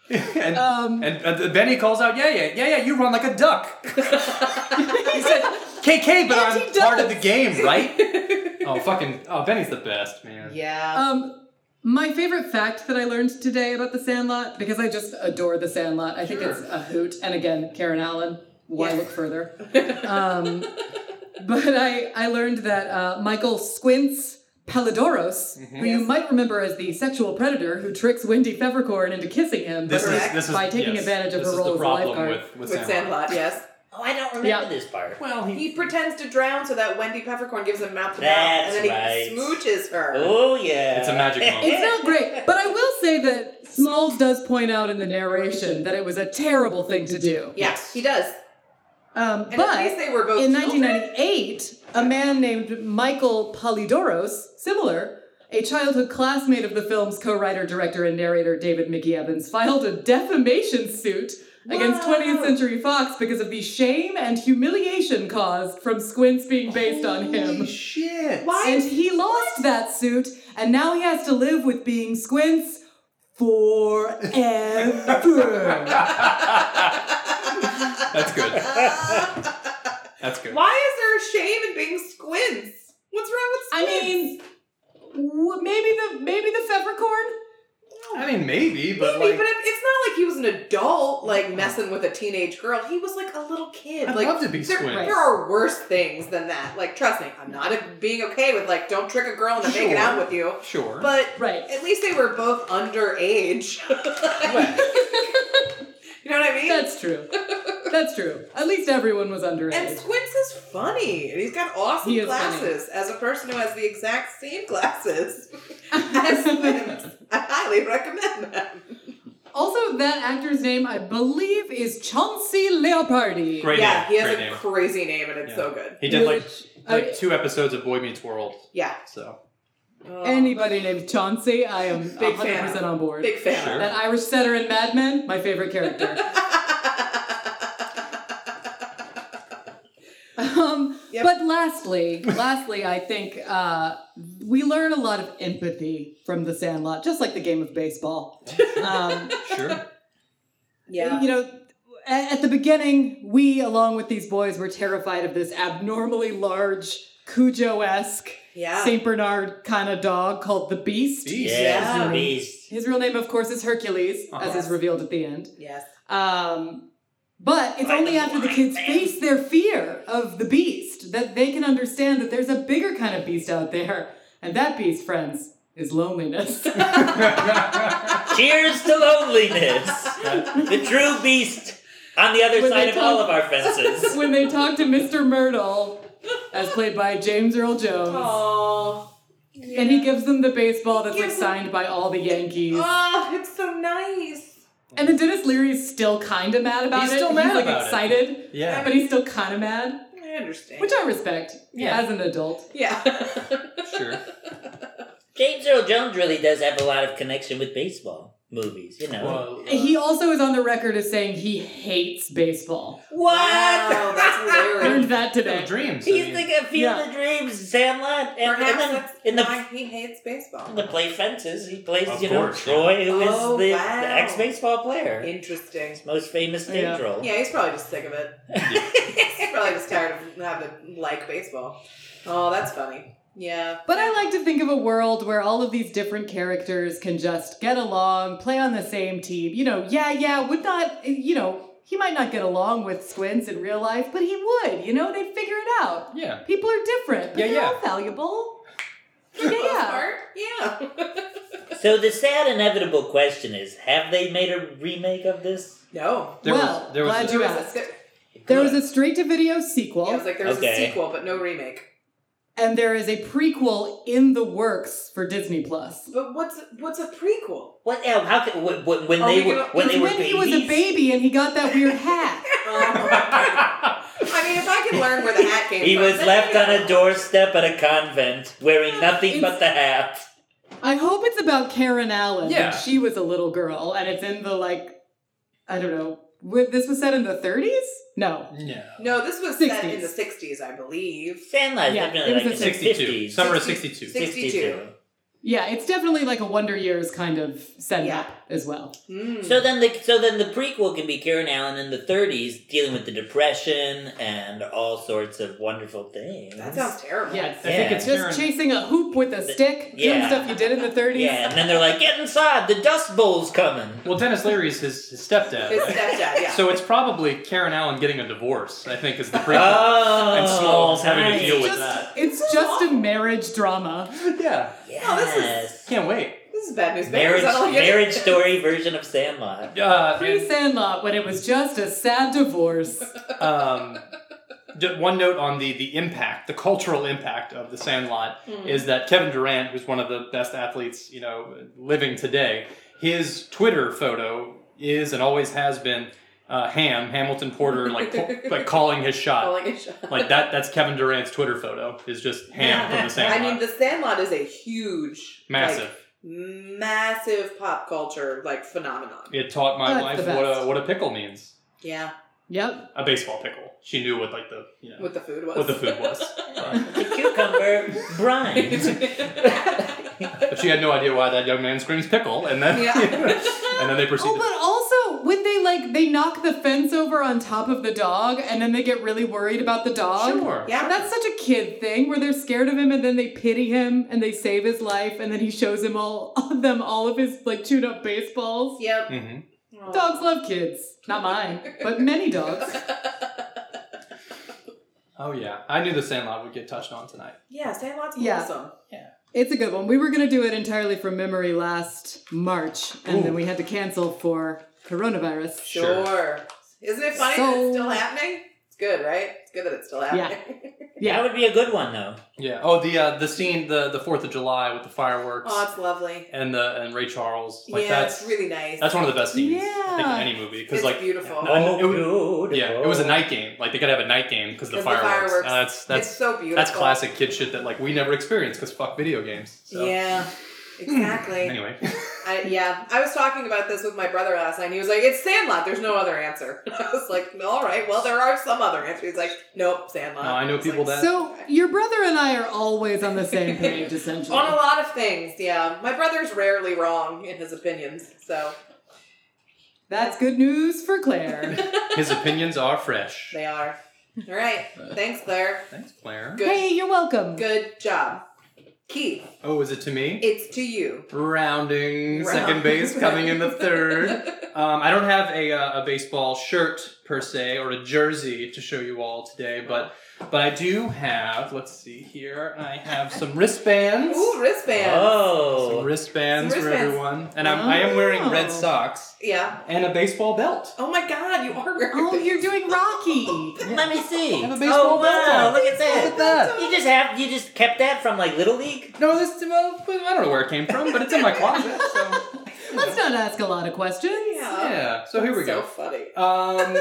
Speaker 3: Yeah. and,
Speaker 5: Um,
Speaker 3: and and Benny calls out, "Yeah, yeah, yeah, yeah! You run like a
Speaker 5: <laughs>
Speaker 3: duck." he said, "KK, but
Speaker 5: And
Speaker 3: I'm
Speaker 5: he
Speaker 3: part
Speaker 5: does.
Speaker 3: of the game, right?" <laughs> oh fucking! Oh, Benny's the best, man.
Speaker 2: Yeah.
Speaker 5: Um, my favorite fact that I learned today about The Sandlot, because I just adore The Sandlot. I think it's a hoot. And again, Karen Allen. Why
Speaker 2: Yeah.
Speaker 5: look
Speaker 3: <laughs>
Speaker 5: further? Um, but I I learned that uh, Michael Squints Palidoros,
Speaker 3: Mm-hmm.
Speaker 5: who you might remember as the sexual predator who tricks Wendy Pfeffercorn into kissing him,
Speaker 3: This
Speaker 5: but
Speaker 3: is
Speaker 2: Correct.
Speaker 3: this is
Speaker 5: By taking
Speaker 3: yes,
Speaker 5: advantage of
Speaker 3: this
Speaker 5: her
Speaker 3: is
Speaker 5: role
Speaker 3: the
Speaker 5: as a
Speaker 3: problem
Speaker 5: lifeguard.
Speaker 3: with with,
Speaker 2: With Sandlot, yes.
Speaker 4: Oh, I don't remember
Speaker 5: Yeah.
Speaker 4: this part.
Speaker 3: Well, he,
Speaker 2: He pretends to drown so that Wendy Peppercorn gives him mouth to mouth,
Speaker 4: That's
Speaker 2: and then he
Speaker 4: right.
Speaker 2: smooches her.
Speaker 4: Oh yeah.
Speaker 3: It's a
Speaker 4: <laughs>
Speaker 3: magic moment.
Speaker 5: It's not great, but I will say that Smalls does point out in the narration that it was a terrible thing to do.
Speaker 2: Yeah, he does.
Speaker 5: Um,
Speaker 2: And
Speaker 5: but
Speaker 2: at least they were both.
Speaker 5: In
Speaker 2: children.
Speaker 5: 1998, a man named Michael Polidoros, similar, a childhood classmate of the film's co writer, director, and narrator David Mickey Evans, filed a defamation suit against
Speaker 2: Whoa.
Speaker 5: 20th Century Fox because of the shame and humiliation caused from Squints being based on him.
Speaker 3: shit!
Speaker 2: Why?
Speaker 5: And he lost that suit, and now he has to live with being Squints forever.
Speaker 3: That's
Speaker 5: <laughs>
Speaker 3: good. That's good.
Speaker 2: Why is there a shame in being squints? What's wrong with
Speaker 5: I
Speaker 2: squints?
Speaker 5: mean, w- maybe the maybe the peppercorn.
Speaker 3: I mean, maybe, but
Speaker 2: Maybe,
Speaker 3: like,
Speaker 2: but it, it's not like he was an adult, like messing with a teenage girl. He was like a little kid.
Speaker 3: I'd
Speaker 2: like,
Speaker 3: love to be
Speaker 2: there,
Speaker 3: Squints.
Speaker 2: There are worse things than that. Like, trust me, I'm not a, being okay with like don't trick a girl into making
Speaker 3: Sure.
Speaker 2: out with you.
Speaker 3: sure.
Speaker 2: But
Speaker 5: Right.
Speaker 2: at least they were both underage. <laughs> you know what I mean?
Speaker 5: That's true. That's true. At least everyone was
Speaker 2: and
Speaker 5: underage.
Speaker 2: Squints is funny, and he's got awesome
Speaker 5: He is
Speaker 2: glasses. As a person who has the exact same
Speaker 5: <laughs>
Speaker 2: glasses <laughs> as Squints, I highly recommend them.
Speaker 5: Also, that actor's name, I believe, is Chauncey Leopardi.
Speaker 3: great
Speaker 2: yeah,
Speaker 3: name.
Speaker 2: he has
Speaker 3: great
Speaker 2: a
Speaker 3: name.
Speaker 2: crazy name, and it's
Speaker 3: Yeah.
Speaker 2: so good.
Speaker 3: He
Speaker 5: <laughs>
Speaker 3: did like
Speaker 5: Which- uh, I-
Speaker 3: like two episodes of Boy Meets World,
Speaker 2: Yeah.
Speaker 3: so
Speaker 2: Oh,
Speaker 5: Anybody named Chauncey, I am
Speaker 2: Big
Speaker 5: 100%
Speaker 2: fan.
Speaker 5: on board.
Speaker 2: big fan.
Speaker 3: Sure.
Speaker 5: That Irish setter in Mad Men, my
Speaker 3: <laughs>
Speaker 5: favorite character. um,
Speaker 2: Yep.
Speaker 5: But lastly, lastly, I think uh, we learn a lot of empathy from The Sandlot, just like the game
Speaker 3: <laughs>
Speaker 5: of baseball. Um,
Speaker 3: sure.
Speaker 5: You know, a- at the beginning, we, along with these boys, were terrified of this abnormally large Cujo esque
Speaker 2: Yeah.
Speaker 5: St. Bernard kind of dog called the Beast.
Speaker 3: Beast.
Speaker 4: Yes,
Speaker 2: Yeah.
Speaker 4: beast.
Speaker 5: His real name, of course, is Hercules, as is
Speaker 2: Uh-huh.
Speaker 5: revealed at the end.
Speaker 2: Yes.
Speaker 5: Um, but it's
Speaker 4: Like
Speaker 5: only
Speaker 4: a
Speaker 5: after the
Speaker 4: blind
Speaker 5: kids
Speaker 4: man.
Speaker 5: face their fear of the beast that they can understand that there's a bigger kind of beast out there. And that beast, friends, is loneliness. <laughs>
Speaker 4: Cheers to loneliness. the true beast on the other
Speaker 5: When
Speaker 4: side
Speaker 5: they
Speaker 4: of all <laughs> of
Speaker 5: talk-
Speaker 4: our fences.
Speaker 5: when they talk to Mr. Myrtle, as played by James Earl Jones.
Speaker 2: Aww.
Speaker 5: And he gives them the baseball that's like
Speaker 2: Gives him-
Speaker 5: signed by all the Yankees.
Speaker 2: Oh, it's so nice.
Speaker 5: and then Dennis Leary's still kind of mad about
Speaker 3: He's
Speaker 5: it.
Speaker 3: still mad
Speaker 5: he's like
Speaker 3: about it.
Speaker 5: excited,
Speaker 3: Yeah.
Speaker 5: <laughs> but he's still kind of mad,
Speaker 2: I understand.
Speaker 5: which I respect
Speaker 3: Yeah.
Speaker 5: as an adult.
Speaker 4: <laughs>
Speaker 2: yeah.
Speaker 3: Sure.
Speaker 4: James Earl Jones really does have a lot of connection with baseball movies, you know.
Speaker 3: Well, uh,
Speaker 5: He also is on the record as saying he hates baseball.
Speaker 4: What?
Speaker 2: Wow, that's
Speaker 4: <laughs>
Speaker 2: hilarious.
Speaker 5: Learned that
Speaker 3: Field
Speaker 5: today.
Speaker 3: of dreams. I
Speaker 4: He's
Speaker 3: mean.
Speaker 4: like a Field of Dreams, Sandlot, and, and
Speaker 2: Perhaps
Speaker 4: then
Speaker 2: that's
Speaker 4: in the
Speaker 2: why he hates baseball.
Speaker 4: in the play fences, he plays
Speaker 3: Of
Speaker 4: you know
Speaker 3: course, yeah.
Speaker 4: Troy, who is
Speaker 2: Oh,
Speaker 4: the,
Speaker 2: wow.
Speaker 4: the ex baseball player,
Speaker 2: Interesting.
Speaker 4: His most famous stage
Speaker 5: Yeah.
Speaker 4: role.
Speaker 2: Yeah, he's probably just sick of
Speaker 4: <laughs>
Speaker 2: it. <laughs> He's probably just tired of having to like baseball. Oh, that's funny. Yeah.
Speaker 5: But I like to think of a world where all of these different characters can just get along, play on the same team. You know, yeah, yeah, would not, you know, he might not get along with Squints in real life, but he would, you know, they'd figure it out.
Speaker 3: yeah.
Speaker 5: People are different, but
Speaker 3: Yeah,
Speaker 5: they're
Speaker 3: yeah.
Speaker 5: all
Speaker 2: <laughs>
Speaker 5: valuable.
Speaker 2: For the most
Speaker 5: Yeah.
Speaker 2: part, yeah.
Speaker 4: So the sad inevitable question is: Have they made a remake of this?
Speaker 2: no.
Speaker 3: There
Speaker 5: well,
Speaker 3: was there was
Speaker 5: glad
Speaker 3: a-
Speaker 5: you
Speaker 2: was
Speaker 5: asked.
Speaker 2: A, there,
Speaker 5: There was a straight to video sequel,
Speaker 2: yeah, it was like there was
Speaker 4: Okay.
Speaker 2: a sequel, but no remake.
Speaker 5: and there is a prequel in the works for Disney Plus.
Speaker 2: But what's what's a
Speaker 5: <laughs>
Speaker 2: prequel?
Speaker 4: What? hell, How could when, when when
Speaker 2: Are
Speaker 4: they
Speaker 2: we
Speaker 4: were
Speaker 2: gonna-
Speaker 4: when they
Speaker 5: It's
Speaker 4: were
Speaker 5: when
Speaker 4: babies?
Speaker 5: he Oh, was a baby and he got that
Speaker 2: <laughs>
Speaker 5: weird hat.
Speaker 2: Um, I mean, if I could learn where the hat came
Speaker 4: He
Speaker 2: from,
Speaker 4: was
Speaker 2: then
Speaker 4: left
Speaker 2: yeah.
Speaker 4: on a doorstep at a convent wearing nothing but the hat.
Speaker 5: I hope it's about Karen Allen.
Speaker 3: Yeah.
Speaker 5: Yeah. She was a little girl, and it's in the like, I don't know. wi- This was set in the 30s? No.
Speaker 3: no.
Speaker 2: No, this was set in the 60s, I believe.
Speaker 4: Sandlot
Speaker 5: Yeah,
Speaker 4: definitely
Speaker 5: it was
Speaker 4: like
Speaker 5: a
Speaker 4: in the
Speaker 3: 62.
Speaker 4: 50s.
Speaker 3: Summer of
Speaker 2: 60
Speaker 3: 62.
Speaker 2: 62.
Speaker 5: Yeah, it's definitely like a Wonder Years kind of setup
Speaker 2: Yeah.
Speaker 5: as well.
Speaker 2: Mm.
Speaker 5: Hmm.
Speaker 4: So then, the so then the prequel can be Karen Allen in the 30s, dealing with the depression and all sorts of wonderful things.
Speaker 2: that sounds terrible.
Speaker 5: Yes.
Speaker 3: I think it's Karen.
Speaker 5: Just chasing a hoop with a stick, doing
Speaker 4: Yeah.
Speaker 5: stuff you did in the 30s.
Speaker 4: yeah, and then they're like, "Get inside! The Dust Bowl's
Speaker 3: <laughs>
Speaker 4: coming."
Speaker 3: well, Dennis Leary is his, his stepdad.
Speaker 2: His
Speaker 3: right?
Speaker 2: stepdad, yeah.
Speaker 3: <laughs> So it's probably Karen Allen getting a divorce. I think is the prequel.
Speaker 4: Oh,
Speaker 3: and Smalls having to
Speaker 4: nice.
Speaker 3: deal with
Speaker 5: Just-
Speaker 3: that.
Speaker 5: It's just a marriage drama.
Speaker 3: yeah.
Speaker 4: Yes.
Speaker 2: Oh, this is-
Speaker 3: Can't wait.
Speaker 2: This is bad news. bears.
Speaker 4: marriage
Speaker 2: I <laughs> don't like it.
Speaker 4: marriage story version of Sandlot.
Speaker 3: Uh,
Speaker 5: Pre Sandlot, when it was just a sad divorce.
Speaker 3: um, ju- one note on the the impact, the cultural impact of the Sandlot is that Kevin Durant, who's one of the best athletes you know living today, his Twitter photo is and always has been uh, Ham Hamilton Porter like po- like calling his
Speaker 2: I
Speaker 3: shot.
Speaker 2: like it.
Speaker 3: Like that, that's Kevin Durant's Twitter photo. Is just <laughs> ham from
Speaker 2: <laughs>
Speaker 3: the
Speaker 2: I
Speaker 3: Sandlot.
Speaker 2: mean, the Sandlot is a huge,
Speaker 3: Massive.
Speaker 2: like, massive pop culture like oh, phenomenon.
Speaker 3: it taught my
Speaker 5: That's
Speaker 3: wife
Speaker 5: the
Speaker 3: what a
Speaker 5: best.
Speaker 3: what a pickle means.
Speaker 2: Yeah,
Speaker 5: Yep.
Speaker 3: A baseball pickle. She knew what like the you know,
Speaker 2: what the food was.
Speaker 3: what the food was, Uh,
Speaker 4: The cucumber brine. <laughs>
Speaker 3: but she had no idea why that young man screams pickle, and then
Speaker 2: Yeah.
Speaker 3: <laughs> and
Speaker 2: <laughs>
Speaker 3: then they proceeded.
Speaker 5: Oh, but also when they like they knock the fence over on top of the dog, and then they get really worried about the dog.
Speaker 3: Sure.
Speaker 2: yeah,
Speaker 5: That's such a kid thing where they're scared of him and then they pity him and they save his life and then he shows him all <laughs> them all of his like chewed up
Speaker 2: <laughs>
Speaker 5: baseballs.
Speaker 3: <laughs>
Speaker 2: yep.
Speaker 3: Mhm.
Speaker 5: Dogs love kids. Not mine, but many dogs.
Speaker 3: Oh yeah, I knew the Sandlot would get touched on tonight.
Speaker 2: <laughs> Yeah, Sandlot's
Speaker 5: Yeah.
Speaker 2: awesome.
Speaker 5: It's a good one. We were gonna do it entirely from memory last March, and
Speaker 3: Ooh.
Speaker 5: then we had to cancel for coronavirus.
Speaker 3: Sure.
Speaker 2: Sure. Isn't it funny that
Speaker 5: So-
Speaker 2: it's still happening? It's good, right? It's good that it's still happening. <laughs>
Speaker 4: That
Speaker 5: Yeah.
Speaker 4: would be a good one though.
Speaker 3: Yeah. Oh, the uh, the scene, the the Fourth of July with the fireworks
Speaker 2: oh, it's lovely.
Speaker 3: and the and Ray Charles. Like
Speaker 2: yeah,
Speaker 3: that's
Speaker 2: it's really nice.
Speaker 3: that's one of the best scenes I think in
Speaker 5: Yeah.
Speaker 3: any movie because
Speaker 2: it's
Speaker 3: like
Speaker 2: beautiful.
Speaker 3: No, I
Speaker 4: Oh,
Speaker 3: know- Oh, it was-
Speaker 4: beautiful.
Speaker 3: yeah, it was a night game. Like they gotta have a night game because the,
Speaker 2: 'Cause Oh. the
Speaker 3: fireworks.
Speaker 2: fireworks.
Speaker 3: And that's
Speaker 2: it's
Speaker 3: that's
Speaker 2: so beautiful.
Speaker 3: that's classic kid shit that like we never experienced because fuck video games. So.
Speaker 2: Yeah, exactly.
Speaker 3: <clears throat> Anyway,
Speaker 2: I, yeah, I was talking about this with my brother last night. And he was like, "It's Sandlot. There's no other answer." <laughs> I was like, "All right. Well, there are some other answers." He's like, "Nope, Sandlot."
Speaker 3: No, I know
Speaker 2: was
Speaker 3: people
Speaker 2: like,
Speaker 3: that-
Speaker 5: So your brother and I are always on the
Speaker 2: <laughs>
Speaker 5: same page, essentially.
Speaker 2: on a lot of things. Yeah, my brother's rarely wrong in his opinions. So
Speaker 5: That's good news for Claire.
Speaker 3: his opinions are fresh.
Speaker 2: they are. All right. Thanks, Claire.
Speaker 3: Thanks, Claire.
Speaker 2: <laughs> Good.
Speaker 5: hey, you're welcome.
Speaker 2: Good job, Keith.
Speaker 3: Oh, is it to me?
Speaker 2: It's to you.
Speaker 3: Rounding
Speaker 2: Round. <laughs>
Speaker 3: second base, coming in the third. Um, I don't have a, uh, a baseball shirt per se or a jersey to show you all today, but but I do have. Let's see here. I have some wristbands.
Speaker 2: Ooh, wristbands.
Speaker 3: Some
Speaker 4: Oh.
Speaker 3: wristbands,
Speaker 2: Some
Speaker 3: for
Speaker 2: wristbands.
Speaker 3: everyone, and I'm, I am wearing red
Speaker 5: Oh.
Speaker 3: socks
Speaker 2: Yeah.
Speaker 3: and a baseball belt.
Speaker 2: Oh my god, you are wearing
Speaker 5: Oh,
Speaker 2: things.
Speaker 5: you're doing Rocky.
Speaker 4: Let me see.
Speaker 3: Have a
Speaker 4: Oh
Speaker 3: baseball bat
Speaker 4: wow!
Speaker 3: on.
Speaker 4: Look at
Speaker 3: Look at
Speaker 4: that.
Speaker 3: that.
Speaker 4: You just have you just kept that from like Little League.
Speaker 3: No, this well, I don't know where it came from, but it's in my closet. <laughs> So
Speaker 5: Let's not ask a lot of questions.
Speaker 2: Yeah.
Speaker 3: yeah. So here we
Speaker 2: so
Speaker 3: go.
Speaker 2: funny.
Speaker 3: Um,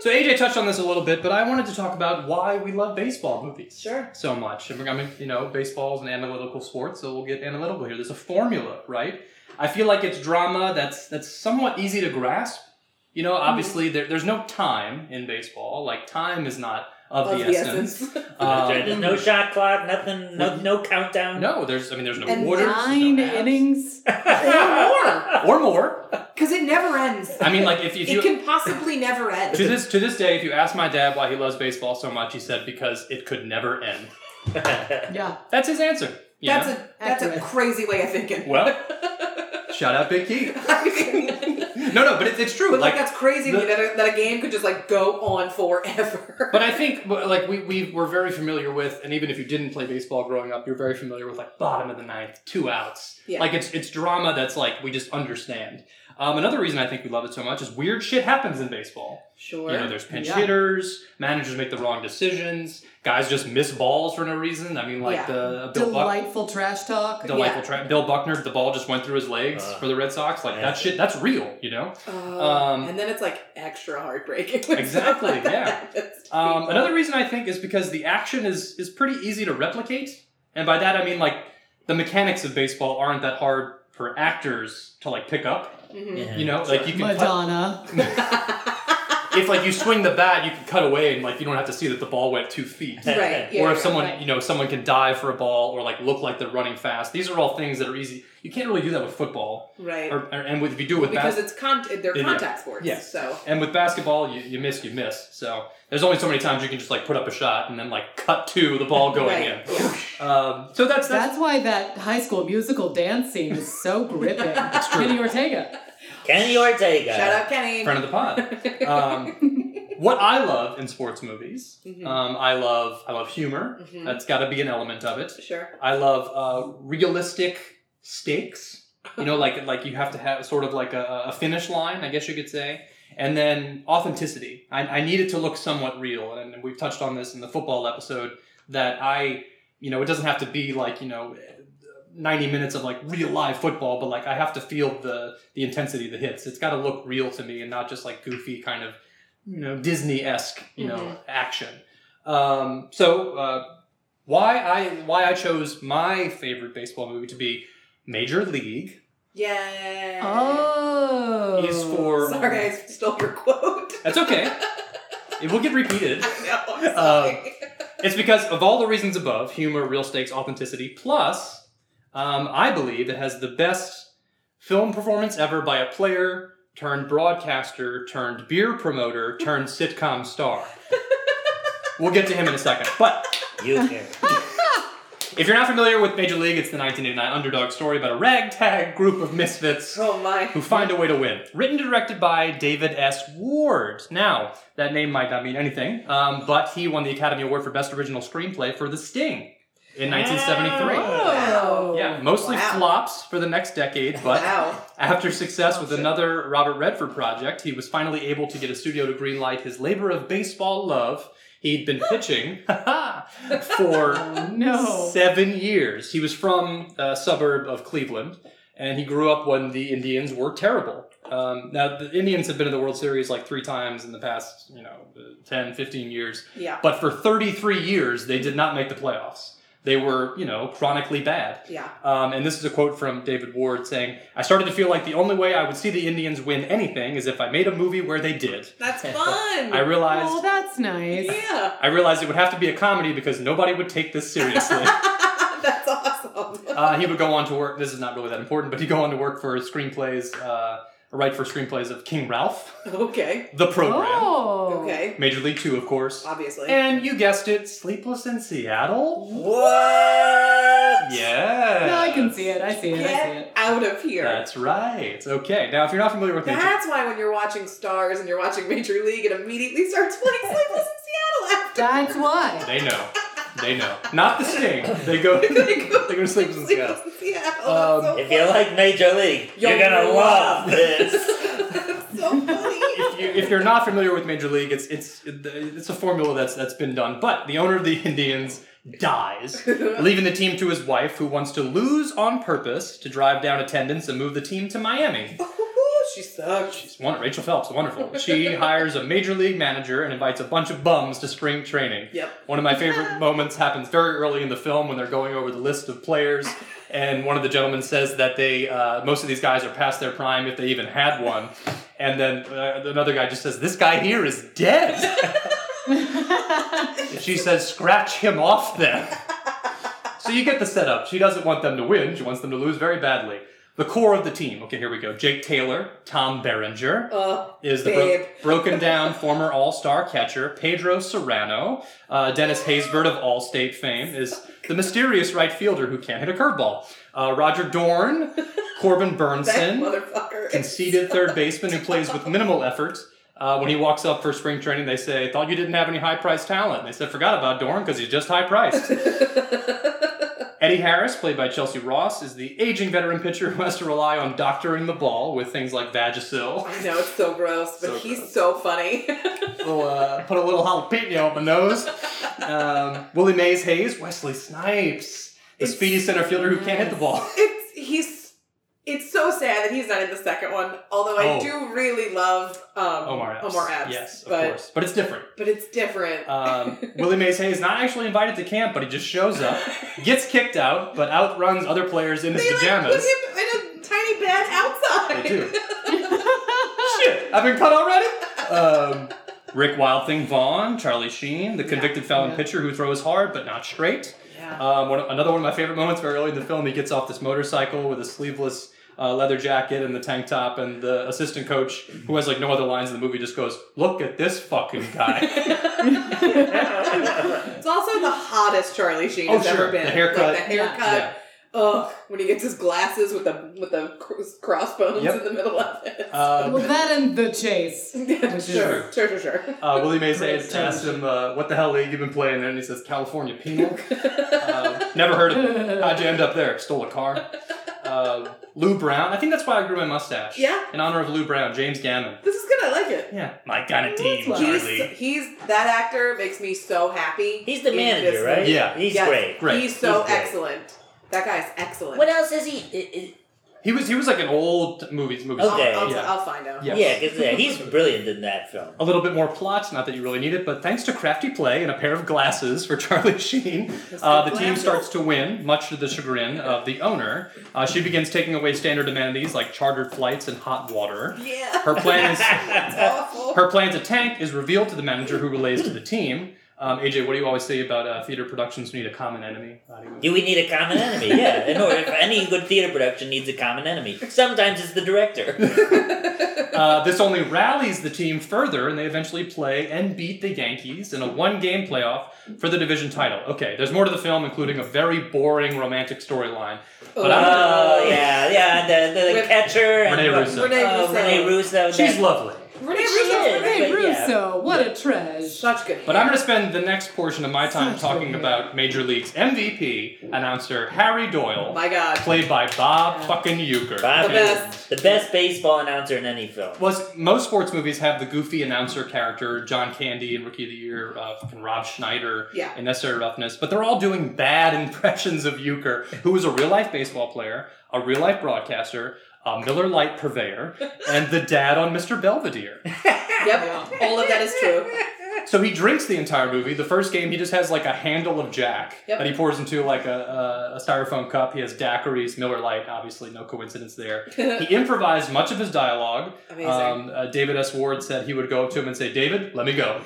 Speaker 3: so AJ touched on this a little bit, but I wanted to talk about why we love baseball movies
Speaker 2: Sure.
Speaker 3: so much. And we're gonna, you know, baseball's an analytical sport, so we'll get analytical here. There's a formula, right? I feel like it's drama that's that's somewhat easy to grasp. You know, obviously there, there's no time in baseball. Like time is not of,
Speaker 2: Of
Speaker 3: the, essence.
Speaker 2: <laughs>
Speaker 3: Um,
Speaker 4: Uh, There's no shot clock. Nothing. No. No countdown.
Speaker 3: no, there's I mean there's no
Speaker 2: And
Speaker 3: order.
Speaker 5: Nine
Speaker 2: <laughs>
Speaker 5: innings.
Speaker 2: or
Speaker 3: <laughs> or more.
Speaker 2: Because it never ends.
Speaker 3: I mean, like if, if you
Speaker 2: it can possibly never end.
Speaker 3: to this to this day, if you ask my dad why he loves baseball so much, he said because it could never end.
Speaker 5: Yeah.
Speaker 3: That's his answer. You
Speaker 2: That's
Speaker 3: know?
Speaker 2: a that's
Speaker 5: Accurate.
Speaker 2: a crazy way of thinking. <laughs>
Speaker 3: <laughs> well. shout out Big Key.
Speaker 2: I mean,
Speaker 3: No, no, but it's it's true.
Speaker 2: but <laughs> like,
Speaker 3: like,
Speaker 2: that's crazy to me
Speaker 3: the-
Speaker 2: that a, that a game could just like go on forever.
Speaker 3: <laughs> but I think but, like we we were very familiar with, and even if you didn't play baseball growing up, you're very familiar with like bottom of the ninth, two outs.
Speaker 2: Yeah.
Speaker 3: Like it's it's drama that's like we just understand. Um, another reason I think we love it so much is weird shit happens in baseball.
Speaker 2: sure.
Speaker 3: You know, there's pinch
Speaker 5: Yeah.
Speaker 3: hitters, managers make the wrong decisions, guys just miss balls for no reason. I mean, like
Speaker 2: Yeah.
Speaker 3: the Bill Buck,
Speaker 5: Delightful trash talk.
Speaker 3: delightful tra- Bill Buckner, the ball just went through his legs
Speaker 4: Uh,
Speaker 3: for the Red Sox. Like
Speaker 4: yeah.
Speaker 3: that shit, that's real. You know.
Speaker 2: Oh,
Speaker 3: Um,
Speaker 2: and then it's like extra heartbreaking. when
Speaker 3: Exactly,
Speaker 2: stuff like
Speaker 3: yeah.
Speaker 2: that happens to
Speaker 3: Um,
Speaker 2: people.
Speaker 3: another reason I think is because the action is is pretty easy to replicate, and by that I mean like the mechanics of baseball aren't that hard for actors to like pick up.
Speaker 2: Mhm.
Speaker 4: Yeah.
Speaker 3: You know, like you can cut,
Speaker 5: Madonna.
Speaker 2: <laughs>
Speaker 3: if like you swing the bat, you can cut away and like you don't have to see that the ball went two feet.
Speaker 2: right. Yeah,
Speaker 3: or if
Speaker 2: yeah,
Speaker 3: someone
Speaker 2: right.
Speaker 3: you know someone can dive for a ball or like look like they're running fast. These are all things that are easy. You can't really do that with football,
Speaker 2: right.
Speaker 3: or, or- and with, if you do it with
Speaker 2: because
Speaker 3: basketball.
Speaker 2: it's con- they're
Speaker 3: Yeah.
Speaker 2: contact sports.
Speaker 3: Yes.
Speaker 2: So
Speaker 3: And with basketball, you, you miss, you miss. So there's only so many times you can just like put up a shot and then like cut to the ball going
Speaker 2: Right,
Speaker 3: in. Um, so that's that's
Speaker 5: That's why that high school musical dance scene is so gripping. It's
Speaker 3: true.
Speaker 5: Kenny Ortega.
Speaker 4: Kenny Ortega.
Speaker 2: shout out Kenny.
Speaker 3: friend of the pod.
Speaker 2: <laughs>
Speaker 3: Um, what I love in sports movies,
Speaker 2: Mhm.
Speaker 3: um, I love I love humor.
Speaker 2: Mhm.
Speaker 3: That's got to be an element of it.
Speaker 2: Sure.
Speaker 3: I love uh, realistic stakes. You know, like like you have to have sort of like a, a finish line, I guess you could say, and then authenticity. I, I need it to look somewhat real, and we've touched on this in the football episode. That I, you know, it doesn't have to be like you know, ninety minutes of like real live football, but like I have to feel the the intensity of the hits. It's got to look real to me, and not just like goofy kind of, you know, Disney esque, you know,
Speaker 2: Mhm.
Speaker 3: action. Um, so uh, why I why I chose my favorite baseball movie to be Major League
Speaker 2: Yeah.
Speaker 5: Oh.
Speaker 3: is for
Speaker 2: Sorry, I stole your quote. <laughs>
Speaker 3: That's okay. It will get repeated.
Speaker 2: I know. I'm
Speaker 3: Um,
Speaker 2: sorry.
Speaker 3: It's because of all the reasons above, humor, real stakes, authenticity, plus um, I believe it has the best film performance ever by a player turned broadcaster turned beer promoter turned sitcom
Speaker 2: <laughs>
Speaker 3: star. We'll get to him in a second. But
Speaker 4: You care.
Speaker 3: if you're not familiar with Major League, it's the 1989 underdog story about a ragtag group of misfits
Speaker 2: oh my.
Speaker 3: who find a way to win. Written and directed by David S. Ward. Now, that name might not mean anything, um, but he won the Academy Award for Best Original Screenplay for The Sting in 1973.
Speaker 2: Wow.
Speaker 3: Yeah, mostly
Speaker 2: Wow.
Speaker 3: flops for the next decade, but
Speaker 2: Wow.
Speaker 3: after success with
Speaker 2: shit.
Speaker 3: another Robert Redford project, he was finally able to get a studio to greenlight his labor of baseball love. He'd
Speaker 2: <laughs>
Speaker 3: been pitching <laughs> for
Speaker 5: Oh, no.
Speaker 3: seven years. He was from a suburb of Cleveland, and he grew up when the Indians were terrible. Um, now, the Indians have been in the World Series like three times in the past, you know, 10, 15 years.
Speaker 2: Yeah.
Speaker 3: But for 33 years, they did not make the playoffs. They were, you know, chronically bad.
Speaker 2: Yeah.
Speaker 3: Um, and this is a quote from David Ward saying, I started to feel like the only way I would see the Indians win anything is if I made a movie where they did.
Speaker 2: That's fun.
Speaker 3: I realized
Speaker 5: Oh,
Speaker 2: <laughs>
Speaker 5: that's nice.
Speaker 2: yeah.
Speaker 3: I realized it would have to be a comedy because nobody would take this seriously.
Speaker 2: That's awesome.
Speaker 3: uh, he would go on to work. This is not really that important, but he'd go on to work for screenplays, uh, write for screenplays of King Ralph, <laughs>
Speaker 2: okay.
Speaker 3: The Program,
Speaker 5: Oh.
Speaker 2: Okay.
Speaker 3: Major League Two, of course,
Speaker 2: Obviously.
Speaker 3: and you guessed it, Sleepless in Seattle.
Speaker 4: What?
Speaker 3: Yeah,
Speaker 5: No, I can see it. I see it. I see
Speaker 2: Get
Speaker 5: it.
Speaker 2: out of here.
Speaker 3: That's right. Okay. Now, if you're not familiar with Major,
Speaker 2: That's why when you're watching Stars and you're watching Major League, it immediately starts playing Sleepless in Seattle
Speaker 3: <laughs>
Speaker 2: after.
Speaker 5: That's why. <laughs>
Speaker 3: they know. They know. Not the sting. They go.
Speaker 2: They go-
Speaker 3: They're gonna sleep in Seattle.
Speaker 2: Sleepless in Seattle.
Speaker 3: Um,
Speaker 2: That's so
Speaker 4: If you like Major League, you're,
Speaker 2: You'll
Speaker 4: gonna love
Speaker 2: love <laughs>
Speaker 4: this.
Speaker 2: That's so
Speaker 3: <laughs>
Speaker 2: funny.
Speaker 3: If you- if you're not familiar with Major League, it's it's it's a formula that's that's been done. But the owner of the Indians dies, leaving the team to his wife, who wants to lose on purpose to drive down attendance and move the team to Miami.
Speaker 2: she sucks.
Speaker 3: She's one, Rachel Phelps, wonderful. She hires a major league manager and invites a bunch of bums to spring training.
Speaker 2: Yep.
Speaker 3: One of my favorite moments happens very early in the film when they're going over the list of players, and one of the gentlemen says that they uh, most of these guys are past their prime if they even had one, and then uh, another guy just says, "This guy here is dead." and she says, "Scratch him off then." So you get the setup. She doesn't want them to win. She wants them to lose very badly. The core of the team. Okay, here we go. Jake Taylor, Tom Berenger
Speaker 2: Uh,
Speaker 3: is the
Speaker 2: Babe. <laughs>
Speaker 3: bro- broken down former All Star catcher Pedro Serrano. Uh, Dennis Haysbert of All-State fame is the mysterious right fielder who can't hit a curveball. Uh,
Speaker 2: <laughs>
Speaker 3: Roger Dorn, Corbin
Speaker 2: that
Speaker 3: Burnson,
Speaker 2: motherfucker. <laughs>
Speaker 3: conceded third baseman who plays with minimal effort. Uh, when he walks up for spring training, they say, "Thought you didn't have any high-priced talent." And they said, "Forgot about Dorn because he's
Speaker 2: <laughs>
Speaker 3: just high-priced." Eddie Harris, played by Chelsea Ross, is the aging veteran pitcher who has to rely on doctoring the ball with things like Vagisil.
Speaker 2: I know it's so gross, but
Speaker 3: So
Speaker 2: he's so funny.
Speaker 3: little, uh, put a little jalapeno up my nose. Um, Willie Mays Hayes, Wesley Snipes, the
Speaker 2: It's-
Speaker 3: speedy center fielder who can't hit the ball.
Speaker 2: it's he's. It's so sad that he's not in the second one. Although I
Speaker 3: Oh.
Speaker 2: do really love um,
Speaker 3: Omar Epps.
Speaker 2: Omar Epps,
Speaker 3: Yes, of
Speaker 2: but
Speaker 3: course. But it's different.
Speaker 2: but it's different.
Speaker 3: Um, <laughs> Willie Mays Hayes not actually invited to camp, but he just shows up, gets kicked out, but outruns other players in his
Speaker 2: they like put
Speaker 3: pajamas.
Speaker 2: him in a tiny bed outside.
Speaker 3: They
Speaker 2: <laughs>
Speaker 3: do. Shit, I've been cut already. Um, Rick Wild Thing Vaughn, Charlie Sheen, the convicted felon pitcher who throws hard but not straight.
Speaker 2: Yeah.
Speaker 3: Um, one of- another one of my favorite moments very early in the film, he gets off this motorcycle with a sleeveless uh, leather jacket and the tank top, and the assistant coach, who has like no other lines in the movie, just goes, "Look at this fucking
Speaker 2: <laughs>
Speaker 3: guy."
Speaker 2: It's also the hottest Charlie Sheen
Speaker 3: Oh,
Speaker 2: has
Speaker 3: sure.
Speaker 2: ever been.
Speaker 3: The haircut.
Speaker 2: Like, the haircut.
Speaker 3: Yeah.
Speaker 2: Ugh, when he gets his glasses with the with the cr- crossbones
Speaker 3: Yep.
Speaker 2: in the middle of it.
Speaker 3: Um,
Speaker 5: Well, that and the chase. Which is-
Speaker 2: sure, sure, sure, sure.
Speaker 3: uh, Willie Mays
Speaker 5: Great
Speaker 3: Hayes asked him, uh, "What the hell league you been playing?" in?" And he says, "California Penal." um, never heard of it. How'd you end up there? Stole a car. Um Lou Brown. I think that's why I grew my mustache.
Speaker 2: Yeah.
Speaker 3: In honor of Lou Brown, James Gammon.
Speaker 2: This is good. I like it.
Speaker 3: Yeah, my kind of
Speaker 5: team, That's why.
Speaker 2: He's he's that actor makes me so happy.
Speaker 4: He's the
Speaker 2: in
Speaker 4: manager,
Speaker 2: this
Speaker 4: right?
Speaker 2: movie.
Speaker 3: Yeah.
Speaker 4: He's
Speaker 2: Yes,
Speaker 4: great.
Speaker 3: Great.
Speaker 2: He's so
Speaker 4: He's great.
Speaker 2: excellent. That guy's excellent.
Speaker 4: What else is he? i-
Speaker 3: He was he was like an old movies movie.
Speaker 4: Okay.
Speaker 2: I'll, I'll,
Speaker 3: Yeah.
Speaker 2: I'll find out.
Speaker 4: i-
Speaker 3: Yes.
Speaker 4: Yeah, because he's brilliant in that film.
Speaker 3: a little bit more plot, not that you really need it, but thanks to crafty play and a pair of glasses for <laughs> Charlie Sheen, uh, the team
Speaker 2: glasses.
Speaker 3: starts to win, much to the chagrin of the owner. Uh, she begins taking away standard amenities like chartered flights and hot water.
Speaker 4: <laughs>
Speaker 2: Yeah.
Speaker 3: Her plan is
Speaker 2: That's awful.
Speaker 3: her plan to tank is revealed to the manager who relays to the team. Um, AJ, what do you always say about uh, theater productions need a common enemy? How do you-
Speaker 4: Do we need a common enemy? Yeah, in order for any good theater production needs a common enemy. Sometimes it's the
Speaker 3: <laughs>
Speaker 4: director.
Speaker 3: Uh, this only rallies the team further, and they eventually play and beat the Yankees in a one-game playoff for the division title. Okay, there's more to the film, including a very boring romantic storyline. But
Speaker 4: Oh
Speaker 3: I
Speaker 4: yeah, yeah, the, the
Speaker 2: With-
Speaker 4: catcher and
Speaker 3: Rene
Speaker 4: oh,
Speaker 3: Russo.
Speaker 2: Rene
Speaker 4: oh,
Speaker 2: Russo.
Speaker 4: Rene Russo.
Speaker 3: she's
Speaker 4: that-
Speaker 3: lovely.
Speaker 2: Renee
Speaker 4: She
Speaker 2: Russo's
Speaker 4: is.
Speaker 2: great.
Speaker 5: Hey,
Speaker 4: But yeah.
Speaker 5: Russo, what a treasure.
Speaker 2: Such good.
Speaker 3: But I'm going to spend the next portion of my time talking about Major League's MVP announcer Harry Doyle,
Speaker 2: My
Speaker 3: <laughs>
Speaker 2: God.
Speaker 3: played by Bob fucking Uecker.
Speaker 4: Bob
Speaker 2: The best.
Speaker 4: the best baseball announcer in any film. <laughs>
Speaker 3: Was most sports movies have the goofy announcer character, John Candy and Rookie of the Year, uh, fucking Rob Schneider,
Speaker 2: Yeah.
Speaker 3: and Necessary Roughness, but they're all doing bad <laughs> impressions of Euchre, who was a real life baseball player, a real life broadcaster, a Miller Lite purveyor, and the dad on Mr. Belvedere.
Speaker 2: Yep. All of that is true.
Speaker 4: <laughs>
Speaker 3: So he drinks the entire movie. The first game, he just has like a handle of Jack
Speaker 2: Yep.
Speaker 3: that he pours into like a, a, a styrofoam cup. He has daiquiris, Miller Lite, obviously, no
Speaker 2: <laughs>
Speaker 3: coincidence there. he improvised much of his dialogue.
Speaker 2: Amazing.
Speaker 3: Um, uh, David S. Ward said he would go up to him and say, David, let me go.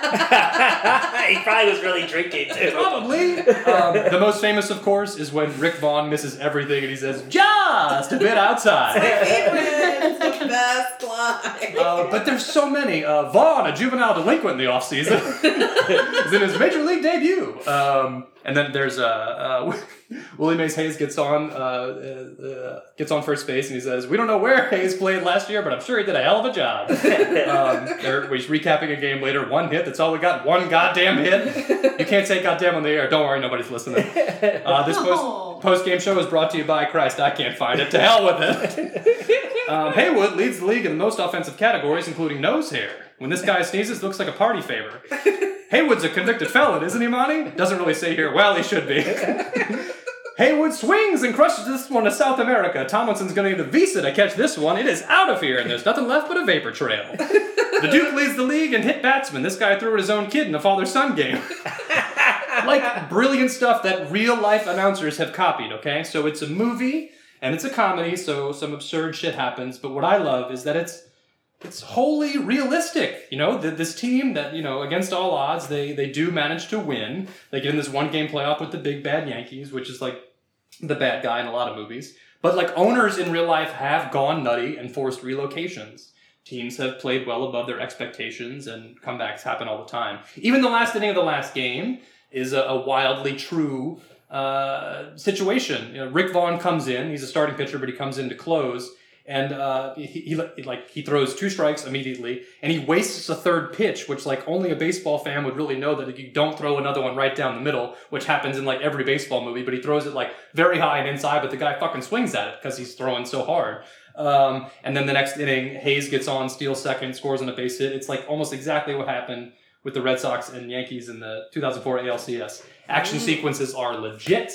Speaker 4: he probably was really drinking too.
Speaker 3: Probably. um, the most famous, of course,
Speaker 2: <laughs>
Speaker 3: is when Rick Vaughn misses everything and he says, just a bit outside.
Speaker 2: Favorite. best line.
Speaker 3: Uh, but there's so many. Uh, Vaughn, a juvenile delinquent in the offseason, <laughs> is in his major league debut. Um, and then there's uh, uh, <laughs> Willie Mays Hayes gets on uh, uh, uh, gets on first base and he says, "We don't know where Hayes played last year, but I'm sure he did a hell of a job." <laughs> um, there, he's recapping a game later. One hit. That's all we got. One goddamn hit. You can't say goddamn on the air. Don't worry, nobody's listening. Uh, this
Speaker 5: Oh.
Speaker 3: post post game show is brought to you by Christ. I can't find it. To hell with it. um, Haywood leads the league in most offensive categories, including nose hair. When this guy sneezes, it looks like a party favor. Haywood's a convicted felon, isn't he, Monty? Doesn't really say here. Well, he should be. Haywood swings and crushes this one to South America. Tomlinson's going to need a visa to catch this one. It is out of here, and there's nothing left but a vapor trail. The Duke leads the league and hit batsman. This guy threw at his own kid in a father-son game. like brilliant stuff that real-life announcers have copied. Okay, so it's a movie and it's a comedy, so some absurd shit happens. But what I love is that it's it's wholly realistic. You know, Th this team that you know against all odds, they they do manage to win. They get in this one game playoff with the big bad Yankees, which is like the bad guy in a lot of movies. But like owners in real life have gone nutty and forced relocations. Teams have played well above their expectations, and comebacks happen all the time. Even the last inning of the last game is a, a wildly true uh, situation. You know, Rick Vaughn comes in; he's a starting pitcher, but he comes in to close, and uh, he, he li- he, like he throws two strikes immediately, and he wastes a third pitch, which like only a baseball fan would really know that you don't throw another one right down the middle, which happens in like every baseball movie. But he throws it like very high and inside, but the guy fucking swings at it because he's throwing so hard. Um, and then the next inning, Hayes gets on, steals second, scores on a base hit. It's like almost exactly what happened with the Red Sox and Yankees in the 2004 ALCS. Action
Speaker 2: Mm.
Speaker 3: sequences are legit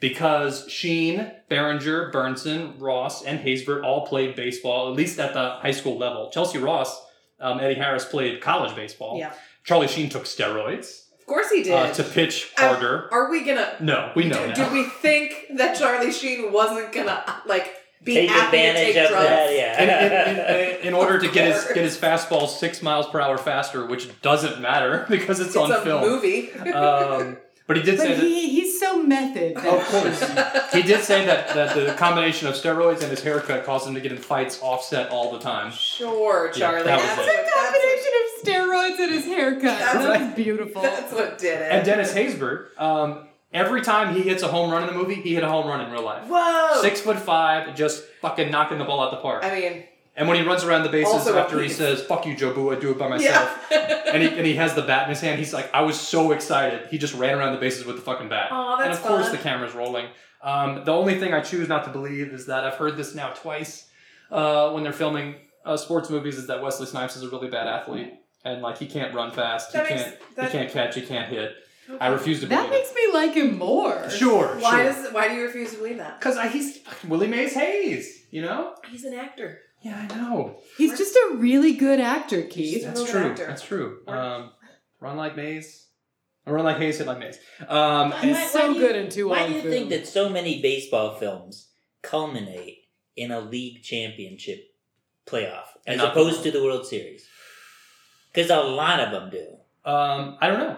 Speaker 3: because Sheen, Behringer, Burnson, Ross, and Haysbert all played baseball, at least at the high school level. Chelsea Ross, um, Eddie Harris played college baseball.
Speaker 2: Yeah.
Speaker 3: Charlie Sheen took steroids
Speaker 2: Of course he did.
Speaker 3: uh, to pitch harder.
Speaker 2: Are we gonna?
Speaker 3: no, we know
Speaker 2: do,
Speaker 3: now.
Speaker 2: do we think that Charlie Sheen wasn't gonna like be
Speaker 4: Take
Speaker 2: happy to
Speaker 4: advantage
Speaker 2: take
Speaker 4: of
Speaker 2: drugs?
Speaker 4: that, yeah.
Speaker 3: in,
Speaker 2: <laughs>
Speaker 3: in, in, in order to get his
Speaker 2: course.
Speaker 3: get his fastball six miles per hour faster, which doesn't matter <laughs> because it's,
Speaker 2: It's
Speaker 3: on
Speaker 2: a
Speaker 3: film. <laughs>
Speaker 2: movie.
Speaker 3: Um, but he did say
Speaker 5: But
Speaker 3: that.
Speaker 5: he, he's so method. That
Speaker 3: Of course. he did say that, that the combination of steroids and his haircut caused him to get in fights offset all the time.
Speaker 2: Sure,
Speaker 3: Yeah,
Speaker 2: Charlie.
Speaker 3: that was
Speaker 2: that's,
Speaker 3: it.
Speaker 2: what, that's,
Speaker 5: combination of steroids and his haircut.
Speaker 2: That's
Speaker 5: That was beautiful.
Speaker 2: what, that's what did it.
Speaker 3: And Dennis Haysbert, um, every time he hits a home run in the movie, he hit a home run in real life.
Speaker 2: Whoa.
Speaker 3: Six foot five, just fucking knocking the ball out the park.
Speaker 2: I mean,
Speaker 3: and when he runs around the bases
Speaker 2: Also a
Speaker 3: after he
Speaker 2: piece.
Speaker 3: says, fuck you, Joe Boo, I do it by myself.
Speaker 2: yeah.
Speaker 3: and, he, and he has the bat in his hand. He's like, I was so excited. He just ran around the bases with the fucking bat.
Speaker 2: Aw,
Speaker 3: and
Speaker 2: that's
Speaker 3: of course,
Speaker 2: fun.
Speaker 3: the camera's rolling. Um, the only thing I choose not to believe is that I've heard this now twice uh, when they're filming uh, sports movies is that Wesley Snipes is a really bad athlete. And like he can't run fast,
Speaker 2: That
Speaker 3: he
Speaker 2: makes-
Speaker 3: can't,
Speaker 2: that-
Speaker 3: he can't catch, he can't hit. I refuse to
Speaker 5: That
Speaker 3: believe
Speaker 5: makes me like him more.
Speaker 3: it. Sure,
Speaker 2: why
Speaker 3: sure.
Speaker 2: does why do you refuse to believe that?
Speaker 3: Because he's fucking Willie Mays Hayes, you know?
Speaker 2: He's an actor.
Speaker 3: Yeah, I know.
Speaker 5: He's just a really good actor, Keith.
Speaker 3: That's
Speaker 2: He's a
Speaker 3: true.
Speaker 2: actor.
Speaker 3: That's true.
Speaker 2: Or-
Speaker 3: Um, run like Mays. Or run like Hayes, hit like Mays. Um,
Speaker 4: Why-
Speaker 3: and-
Speaker 4: why
Speaker 5: He's so
Speaker 4: do you-
Speaker 5: good in two
Speaker 4: Why
Speaker 5: on
Speaker 4: do you
Speaker 5: Food.
Speaker 4: think that so many baseball films culminate in a league championship playoff as
Speaker 3: Not-
Speaker 4: opposed to the World Series? Because a lot of them do.
Speaker 3: Um, I don't know.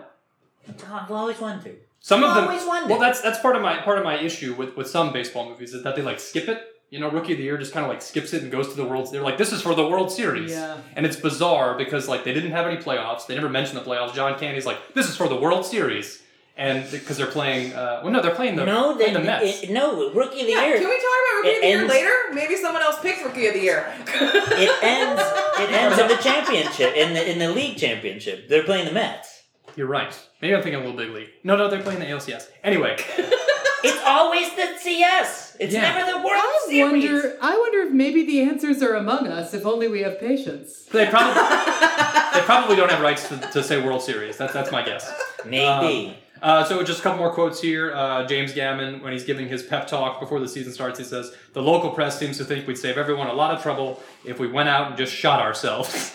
Speaker 4: I've always wondered.
Speaker 3: Some of
Speaker 4: I've
Speaker 3: them.
Speaker 4: always wondered.
Speaker 3: Well, that's that's part of my part of my issue with with some baseball movies is that they like skip it. You know, Rookie of the Year just kind of like skips it and goes to the World. They're like, this is for the World Series.
Speaker 5: Yeah.
Speaker 3: And it's bizarre because like they didn't have any playoffs. They never mentioned the playoffs. John Candy's like, this is for the World Series, and because they're playing. Uh, well, no, they're playing the
Speaker 4: no,
Speaker 3: playing
Speaker 4: then
Speaker 3: the Mets.
Speaker 4: it- no rookie of the
Speaker 2: Yeah,
Speaker 4: year.
Speaker 2: can we talk about Rookie
Speaker 4: It
Speaker 2: of the Year
Speaker 4: ends-
Speaker 2: later? Maybe someone else picks Rookie of the Year.
Speaker 4: it ends.
Speaker 3: <laughs>
Speaker 4: It ends in the championship in the in the league championship. They're playing the Mets.
Speaker 3: You're right. Maybe I'm thinking a little big league. No, no, they're playing the ALCS. Anyway, <laughs>
Speaker 4: It's always the CS. It's
Speaker 3: Yeah.
Speaker 4: never the World
Speaker 5: I
Speaker 4: Series.
Speaker 5: wonder. I wonder if maybe the answers are among us. If only we have patience.
Speaker 3: they probably they probably don't have rights to, to say World Series. That's that's my guess.
Speaker 4: Maybe.
Speaker 3: Uh, so just a couple more quotes here. Uh, James Gammon, when he's giving his pep talk before the season starts, he says, "The local press seems to think we'd save everyone a lot of trouble if we went out and just shot
Speaker 2: <laughs>
Speaker 3: ourselves."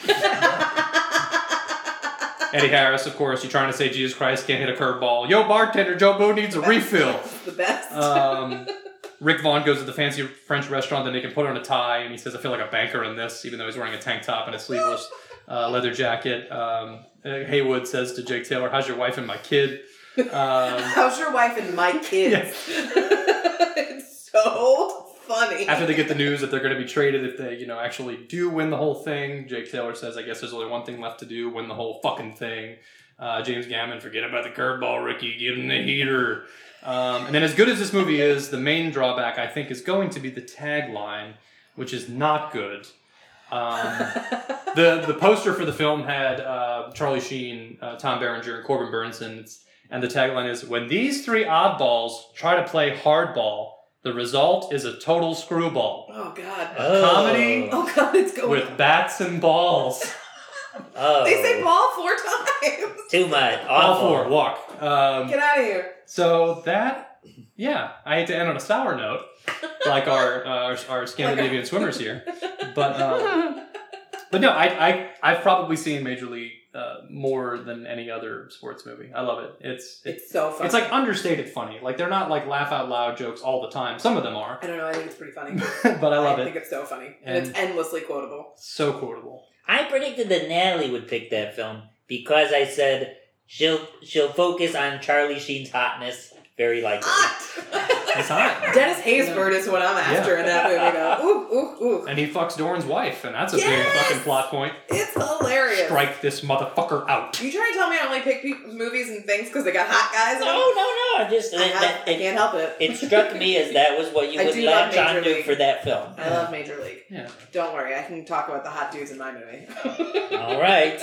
Speaker 3: Eddie Harris, of course, you're trying to say Jesus Christ can't hit a curveball. Yo, bartender, Joe Boo needs a refill.
Speaker 2: <laughs> the best. <laughs>
Speaker 3: Um, Rick Vaughn goes to the fancy French restaurant that they can put on a tie, and he says, "I feel like a banker in this," even though he's wearing a tank top and a sleeveless uh, leather jacket. Um, Haywood says to Jake Taylor, "How's your wife and my kid?" Um,
Speaker 2: How's your wife and my kids? <laughs> it's so funny.
Speaker 3: after they get the news that they're going to be traded if they, you know, actually do win the whole thing. Jake Taylor says, I guess there's only one thing left to do win the whole fucking thing. Uh, James Gammon, forget about the curveball, Ricky, give him the heater. Um, and then, as good as this movie is, the main drawback, I think, is going to be the tagline, which is not good. Um, the the poster for the film had uh, Charlie Sheen, uh, Tom Berenger, and Corbin Burnson. It's, and the tagline is When these three oddballs try to play hardball, the result is a total screwball.
Speaker 2: oh god.
Speaker 4: Oh.
Speaker 3: Um, Comedy?
Speaker 2: Oh god, it's going.
Speaker 3: With bats and balls.
Speaker 4: Oh,
Speaker 2: They say ball four times.
Speaker 4: too much.
Speaker 3: All
Speaker 4: Awful.
Speaker 3: four, walk. Um,
Speaker 2: Get out of here.
Speaker 3: so that, yeah, I hate to end on a sour note, like our, uh, our, our Scandinavian swimmers here. But, <laughs> um, but no, I, I, I've probably seen Major League uh, more than any other sports movie. I love it. It's, it's,
Speaker 2: It's so funny.
Speaker 3: it's like understated funny. Like they're not like laugh out loud jokes all the time. Some of them are, <laughs>
Speaker 2: I don't know. I think it's pretty funny.
Speaker 3: but I love
Speaker 2: think
Speaker 3: it.
Speaker 2: it's so funny, and, it's endlessly
Speaker 3: <laughs>
Speaker 2: quotable.
Speaker 3: So quotable.
Speaker 4: I predicted that Natalie would pick that film because I said she'll she'll focus on Charlie Sheen's hotness very likely.
Speaker 2: Ah!
Speaker 3: It's hot.
Speaker 2: Dennis Haysbert is what I'm after in that movie. Now. Ooh, ooh, ooh!
Speaker 3: And he fucks Doran's wife, and that's a
Speaker 2: Yes!
Speaker 3: big fucking plot point.
Speaker 2: It's hilarious.
Speaker 3: Strike this motherfucker out.
Speaker 2: You trying to tell me I only pick pe- movies and things because they got hot guys? in
Speaker 4: No,
Speaker 2: them?
Speaker 4: no, no. I just
Speaker 2: I,
Speaker 4: it,
Speaker 2: have-
Speaker 4: that,
Speaker 2: I can't
Speaker 4: it,
Speaker 2: help it.
Speaker 4: it struck me as that was what you
Speaker 2: I
Speaker 4: would
Speaker 2: do love
Speaker 4: latch
Speaker 2: Major
Speaker 4: onto
Speaker 2: League.
Speaker 4: for that film.
Speaker 2: I love Major League.
Speaker 3: Yeah.
Speaker 2: Don't worry, I can talk about the hot dudes in my movie. <laughs>
Speaker 4: All right,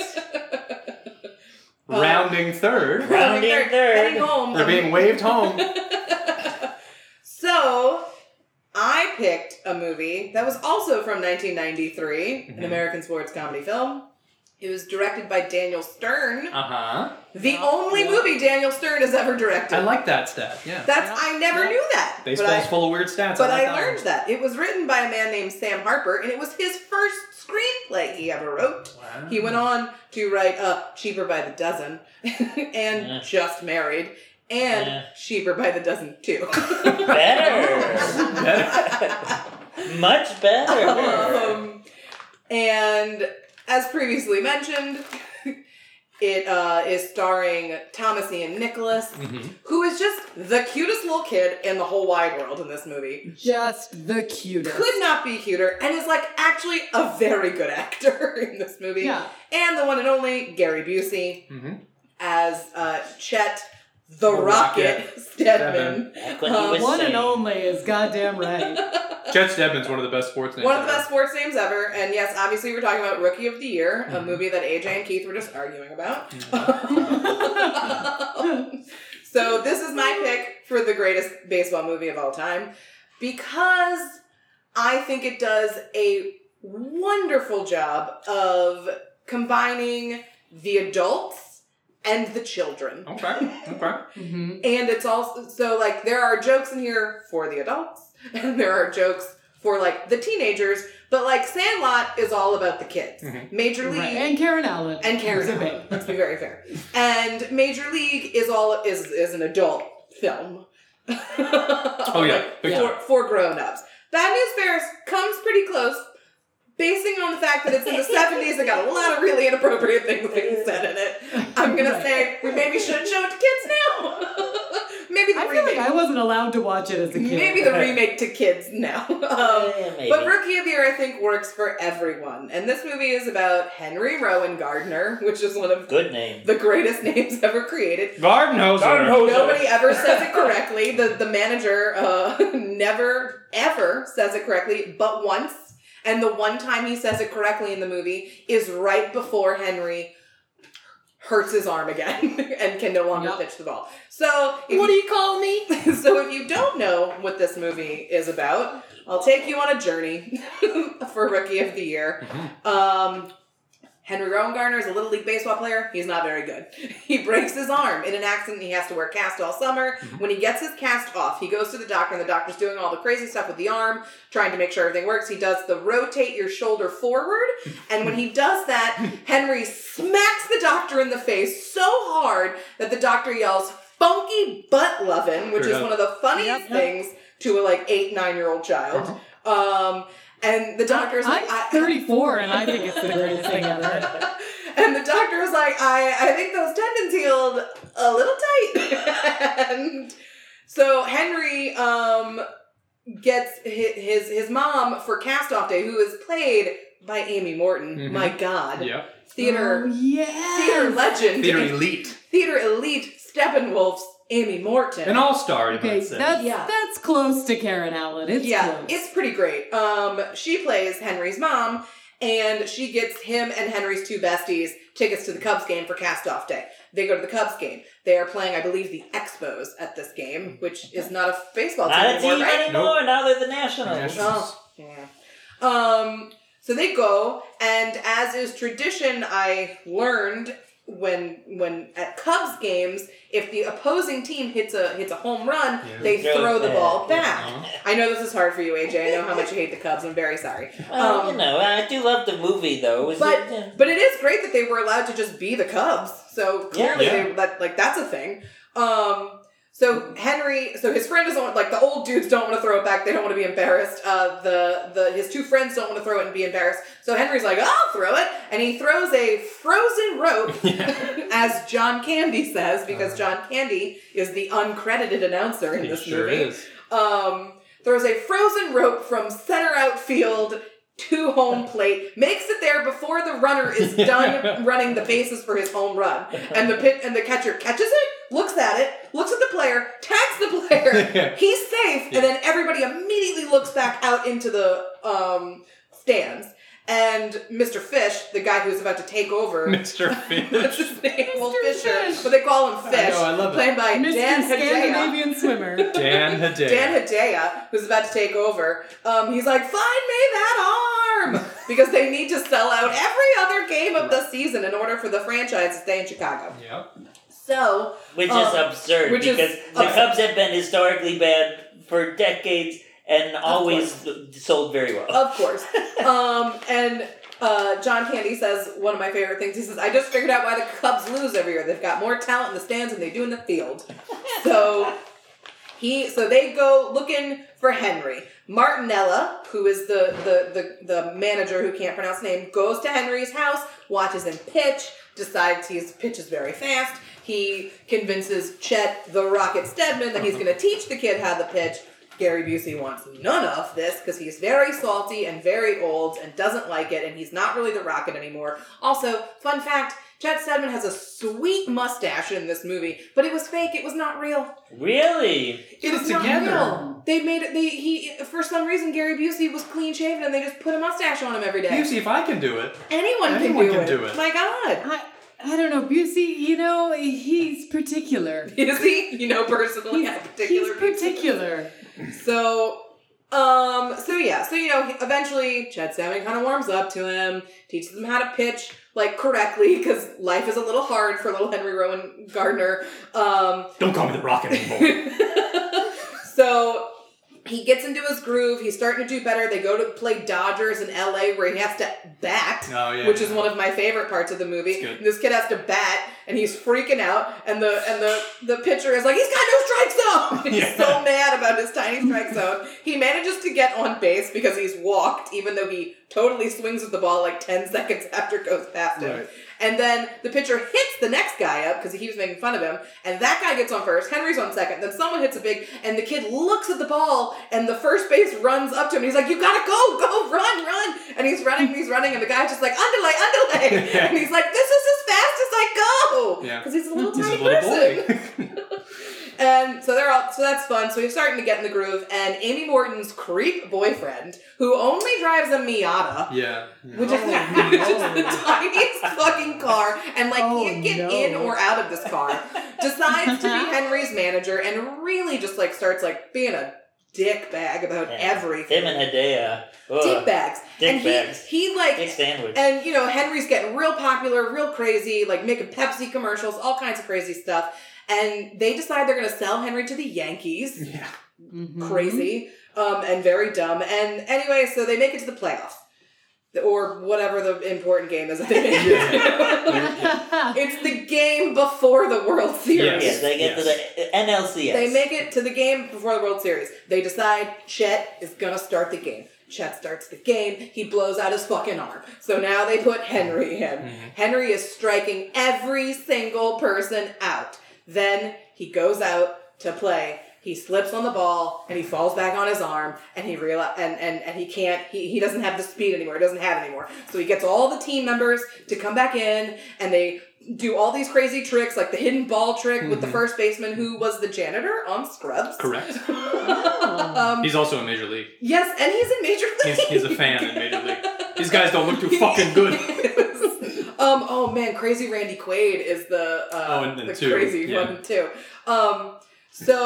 Speaker 2: Um,
Speaker 3: Rounding third.
Speaker 4: Rounding
Speaker 2: They're
Speaker 4: third.
Speaker 2: heading home.
Speaker 3: They're being waved <laughs> home.
Speaker 2: so, I picked a movie that was also from 1993, an
Speaker 3: Mhm.
Speaker 2: American sports comedy film. It was directed by Daniel Stern,
Speaker 3: Uh huh.
Speaker 2: the
Speaker 5: Yeah.
Speaker 2: only movie Daniel Stern has ever directed.
Speaker 3: I like that stat. Yeah.
Speaker 2: That's
Speaker 5: Yeah.
Speaker 2: I never
Speaker 5: Yeah.
Speaker 2: knew that. but
Speaker 3: Baseball's
Speaker 2: I-
Speaker 3: full of weird stats.
Speaker 2: But
Speaker 3: like
Speaker 2: I
Speaker 3: one.
Speaker 2: learned that. It was written by a man named Sam Harper, and it was his first screenplay he ever wrote.
Speaker 3: Wow.
Speaker 2: He
Speaker 4: Ah.
Speaker 2: went on to write uh, Cheaper by the Dozen <laughs> and
Speaker 4: Yeah.
Speaker 2: Just Married and
Speaker 4: Yeah.
Speaker 2: Cheaper by the Dozen
Speaker 4: <laughs>
Speaker 2: too. <laughs>
Speaker 4: better, much better.
Speaker 2: um, and as previously mentioned, <laughs> it uh, is starring Thomas Ian Nicholas,
Speaker 3: Mhm.
Speaker 2: who is just the cutest little kid in the whole wide world in this movie.
Speaker 5: Just the cutest.
Speaker 2: could not be cuter and is like actually a very good actor <laughs> in this movie.
Speaker 5: Yeah.
Speaker 2: And the one and only Gary Busey
Speaker 3: Mhm.
Speaker 2: as uh, Chet the,
Speaker 3: The
Speaker 2: Rocket,
Speaker 3: Rocket
Speaker 2: <laughs> Stedman.
Speaker 4: Back when he
Speaker 2: Uh,
Speaker 4: was
Speaker 5: One
Speaker 4: sane.
Speaker 5: and only is
Speaker 2: <laughs>
Speaker 5: goddamn right.
Speaker 3: Chet Stedman's one of the best sports names.
Speaker 2: One of the
Speaker 3: ever.
Speaker 2: best sports names ever. And yes, obviously we're talking about Rookie of the Year, a
Speaker 3: Mhm.
Speaker 2: movie that AJ and Keith were just arguing about. Mm-hmm.
Speaker 5: Mhm.
Speaker 2: <laughs> so this is my pick for the greatest baseball movie of all time because I think it does a wonderful job of combining the adults and the children. <laughs>
Speaker 3: Okay. Okay.
Speaker 5: Mhm.
Speaker 2: And it's also so like there are jokes in here for the adults <laughs> and there are jokes for like the teenagers, but like Sandlot is all about the kids.
Speaker 3: Mhm.
Speaker 2: Major League
Speaker 5: Right. And Karen Allen.
Speaker 2: and
Speaker 5: <laughs>
Speaker 2: Karen.
Speaker 5: Who's a
Speaker 2: Allen.
Speaker 5: babe.
Speaker 2: Let's be very fair. And Major League is all is is an adult film. <laughs>
Speaker 3: Oh
Speaker 2: oh
Speaker 3: yeah. Big
Speaker 5: Yeah.
Speaker 2: for,
Speaker 3: time.
Speaker 2: for grown ups. Bad News Bears comes pretty close, basing on the fact that it's in the seventies and got a lot of really inappropriate things being said in it. I'm gonna
Speaker 5: Right.
Speaker 2: say we maybe should show it to kids now. <laughs> maybe the
Speaker 5: I feel
Speaker 2: remake.
Speaker 5: like I wasn't allowed to watch it as a kid.
Speaker 2: maybe the remake to kids now. <laughs> Um,
Speaker 4: Yeah, maybe.
Speaker 2: but Rookie of the Year, I think, works for everyone. And this movie is about Henry Rowan Gardner, which is one of
Speaker 4: Good name.
Speaker 2: the greatest <laughs> names ever created.
Speaker 3: Garden hose.
Speaker 2: Nobody ever says it correctly. The the manager uh, <laughs> never ever says it correctly, but once. And the one time he says it correctly in the movie is right before Henry hurts his arm again <laughs> and can no longer
Speaker 5: Yep.
Speaker 2: pitch the ball. So
Speaker 5: What
Speaker 2: do you call me? <laughs> so if you don't know what this movie is about, I'll take you on a journey <laughs> for Rookie of the Year. Um, Henry Rowan Garner is a little league baseball player. He's not very good. <laughs> He breaks his arm in an accident. He has to wear cast all summer.
Speaker 3: Mhm.
Speaker 2: When he gets his cast off, he goes to the doctor, and the doctor's doing all the crazy stuff with the arm, trying to make sure everything works. He does the rotate your shoulder forward, and when he does that, Henry smacks the doctor in the face so hard that the doctor yells "funky butt lovin'," which
Speaker 3: Straight
Speaker 2: is
Speaker 3: up.
Speaker 2: one of the funniest
Speaker 5: Yep.
Speaker 2: things to a like eight nine year old child. Um, and the doctor's
Speaker 5: I'm
Speaker 2: like, I-
Speaker 5: 34 and I think it's the greatest thing ever.
Speaker 2: and the doctor was like, I, I think those tendons healed <laughs> a little tight. and so Henry um, gets his his, his mom for Cast Off Day, who is played by Amy Morton.
Speaker 3: Mhm.
Speaker 2: My God, <laughs>
Speaker 3: Yeah.
Speaker 2: <laughs> theater
Speaker 5: Oh, yes.
Speaker 2: theater legend,
Speaker 3: Theater elite.
Speaker 2: theater elite Steppenwolf's Amy Morton.
Speaker 3: An all star, you
Speaker 5: Okay,
Speaker 3: might say.
Speaker 5: that's
Speaker 2: Yeah.
Speaker 5: that's close to Karen Allen. It's
Speaker 2: yeah,
Speaker 5: close.
Speaker 2: it's pretty great. Um, she plays Henry's mom, and she gets him and Henry's two besties tickets to the Cubs game for Cast Off Day. They go to the Cubs game. They are playing, I believe, the Expos at this game, which is not a baseball team
Speaker 4: Not a
Speaker 2: anymore,
Speaker 4: team
Speaker 2: right?
Speaker 4: anymore. Now they're the Nationals.
Speaker 3: Nationals.
Speaker 2: Oh, yeah. Um, so they go, and as is tradition, I learned when when at Cubs games, if the opposing team hits a hits a home run,
Speaker 3: Yeah.
Speaker 2: they
Speaker 4: Throw it
Speaker 2: throw the
Speaker 4: back.
Speaker 2: ball back.
Speaker 3: Uh-huh.
Speaker 2: I know this is hard for you, AJ. I know how much you hate the Cubs. I'm very sorry.
Speaker 4: Well, you
Speaker 2: Um,
Speaker 4: know, I do love the movie though. It was-
Speaker 2: but-
Speaker 4: yeah.
Speaker 2: <laughs> But it is great that they were allowed to just be the Cubs. So
Speaker 4: Yeah.
Speaker 2: clearly, They, that like that's a thing. Um, so Henry, so his friend doesn't want like the old dudes don't want to throw it back. They don't want to be embarrassed. Uh, the the his two friends don't want to throw it and be embarrassed. So Henry's like, I'll throw it, and he throws a frozen rope, as John Candy says, because John Candy is the uncredited announcer in
Speaker 3: It
Speaker 2: this
Speaker 3: sure
Speaker 2: movie
Speaker 3: is. <laughs>
Speaker 2: um, throws a frozen rope from center outfield to home plate, makes it there before the runner
Speaker 3: <laughs>
Speaker 2: is done running the bases for his home run, and the pit and the catcher catches it, looks at it, looks at the player, tags the
Speaker 3: <laughs>
Speaker 2: player, he's safe, and then everybody immediately looks back out into the um, stands. And Mr. Fish, the guy who's about to take over,
Speaker 3: Mr.
Speaker 2: <laughs> what's
Speaker 3: Fish.
Speaker 2: his name? Well,
Speaker 5: Mr.
Speaker 2: Fisher,
Speaker 5: Fish.
Speaker 2: but they call him Fish,
Speaker 3: know, I love it.
Speaker 2: played by
Speaker 5: Mr.
Speaker 2: Dan Hedaya. <laughs>
Speaker 5: Scandinavian swimmer.
Speaker 3: Dan Hedaya.
Speaker 2: Dan Hedaya, who's about to take over, um, he's like, "Find me that arm," because they need to sell out every other game of the season in order for the franchise to stay in Chicago.
Speaker 3: Yeah.
Speaker 2: So,
Speaker 4: which is
Speaker 2: uh,
Speaker 4: absurd
Speaker 2: which is
Speaker 4: because the
Speaker 2: absurd.
Speaker 4: Cubs have been historically bad for decades and always sold very well.
Speaker 2: of course, um, and uh, John Candy says one of my favorite things. He says, "I just figured out why the Cubs lose every year. They've got more talent in the stands than they do in the field." So he, so they go looking for Henry. Martinella, who is the the the, the manager who can't pronounce name, goes to Henry's house, watches him pitch, decides his pitch is very fast. He convinces Chet the Rocket Stedman that he's going to teach the kid how to pitch. Gary Busey wants none of this because he's very salty and very old and doesn't like it, and he's not really the Rocket anymore. Also, fun fact: Chet Stedman has a sweet mustache in this movie, but it was fake. It was not real.
Speaker 4: Really?
Speaker 2: It
Speaker 3: Put
Speaker 2: was
Speaker 3: it
Speaker 2: not
Speaker 3: together.
Speaker 2: real. They made it. They he for some reason Gary Busey was clean shaven and they just put a mustache on him every day.
Speaker 3: You see if I can do it.
Speaker 2: anyone can,
Speaker 3: anyone
Speaker 2: do,
Speaker 3: can
Speaker 2: it.
Speaker 3: do it.
Speaker 2: My God,
Speaker 5: I, I don't know, Busey. You know, he's particular.
Speaker 2: is he? You know, personally,
Speaker 5: He's,
Speaker 2: yeah, particular.
Speaker 5: he's particular.
Speaker 2: So, um, so yeah, so you know, he- eventually Chad Salmon kind of warms up to him, teaches him how to pitch like correctly because life is a little hard for little Henry Rowan Gardner. Um,
Speaker 3: Don't call me the
Speaker 2: <laughs>
Speaker 3: Rocket anymore.
Speaker 2: so he gets into his groove. He's starting to do better. They go to play Dodgers in LA where he has to bat,
Speaker 3: Oh, yeah,
Speaker 2: which is
Speaker 3: yeah.
Speaker 2: one of my favorite parts of the movie.
Speaker 3: It's good.
Speaker 2: This kid has to bat and he's freaking out and the and the the pitcher is like he's got no strike zone. <laughs> He's
Speaker 3: Yeah.
Speaker 2: so mad about his tiny strike zone. He manages to get on base because he's walked even though he totally swings at the ball like 10 seconds after it goes past him.
Speaker 3: Right.
Speaker 2: And then the pitcher hits the next guy up because he was making fun of him, and that guy gets on first. Henry's on second. Then someone hits a big, and the kid looks at the ball, and the first base runs up to him. And he's like, "You gotta go, go, run, run!" And he's running, and he's running, and the guy's just like,
Speaker 3: <laughs>
Speaker 2: "Underlay, <laughs> underlay!" and he's like, "This is as fast as I go,"
Speaker 3: Yeah.
Speaker 2: because he's a little
Speaker 3: He's a
Speaker 2: tiny
Speaker 3: little
Speaker 2: person.
Speaker 3: boy.
Speaker 2: And so they're all so that's fun. So he's starting to get in the groove, and Amy Morton's creep boyfriend, who only drives a Miata,
Speaker 3: <laughs> yeah. yeah.
Speaker 2: which is
Speaker 5: Oh,
Speaker 2: <laughs> which is
Speaker 5: no.
Speaker 2: the tiniest fucking car, and like
Speaker 5: Oh,
Speaker 2: can't get
Speaker 5: no.
Speaker 2: in or out of this car. Decides to
Speaker 5: <laughs>
Speaker 2: be Henry's manager and really just like starts like being a dick bag about
Speaker 4: Yeah.
Speaker 2: everything.
Speaker 4: Him and Hedaya. Ugh.
Speaker 2: dick bags.
Speaker 4: Dick
Speaker 2: and
Speaker 4: bags.
Speaker 2: he he like
Speaker 4: Dick sandwich.
Speaker 2: and you know, Henry's getting real popular, real crazy, like making Pepsi commercials, all kinds of crazy stuff. And they decide they're gonna sell Henry to the Yankees
Speaker 3: yeah.
Speaker 5: Mhm.
Speaker 2: crazy um, and very dumb. And anyway, so they make it to the playoffs The- or whatever the important game is. that they make it to. <laughs> it's the game before the World Series.
Speaker 4: yes, they get
Speaker 3: Yes.
Speaker 4: to the NLCS.
Speaker 2: They make it to the game before the World Series. They decide Chet is gonna start the game. Chet starts the game. He blows out his fucking arm. So now they put Henry in. Henry is striking every single person out. Then he goes out to play. He He slips on the ball and he falls back on his arm and he real and, and and he can't he, he doesn't have the speed anymore. He doesn't have it anymore. So he gets all the team members to come back in and they do all these crazy tricks like the hidden ball trick with the
Speaker 3: Mhm.
Speaker 2: first baseman who was the janitor on Scrubs. <laughs>
Speaker 3: Correct.
Speaker 2: um,
Speaker 3: He's also in Major League.
Speaker 2: yes, and he's in Major League.
Speaker 3: He's, he's a fan in Major League. These guys don't look too fucking good.
Speaker 2: <laughs> um. Oh man, Crazy Randy Quaid is the uh,
Speaker 3: Oh, and then
Speaker 2: the
Speaker 3: two,
Speaker 2: crazy
Speaker 3: yeah.
Speaker 2: one too. Um. So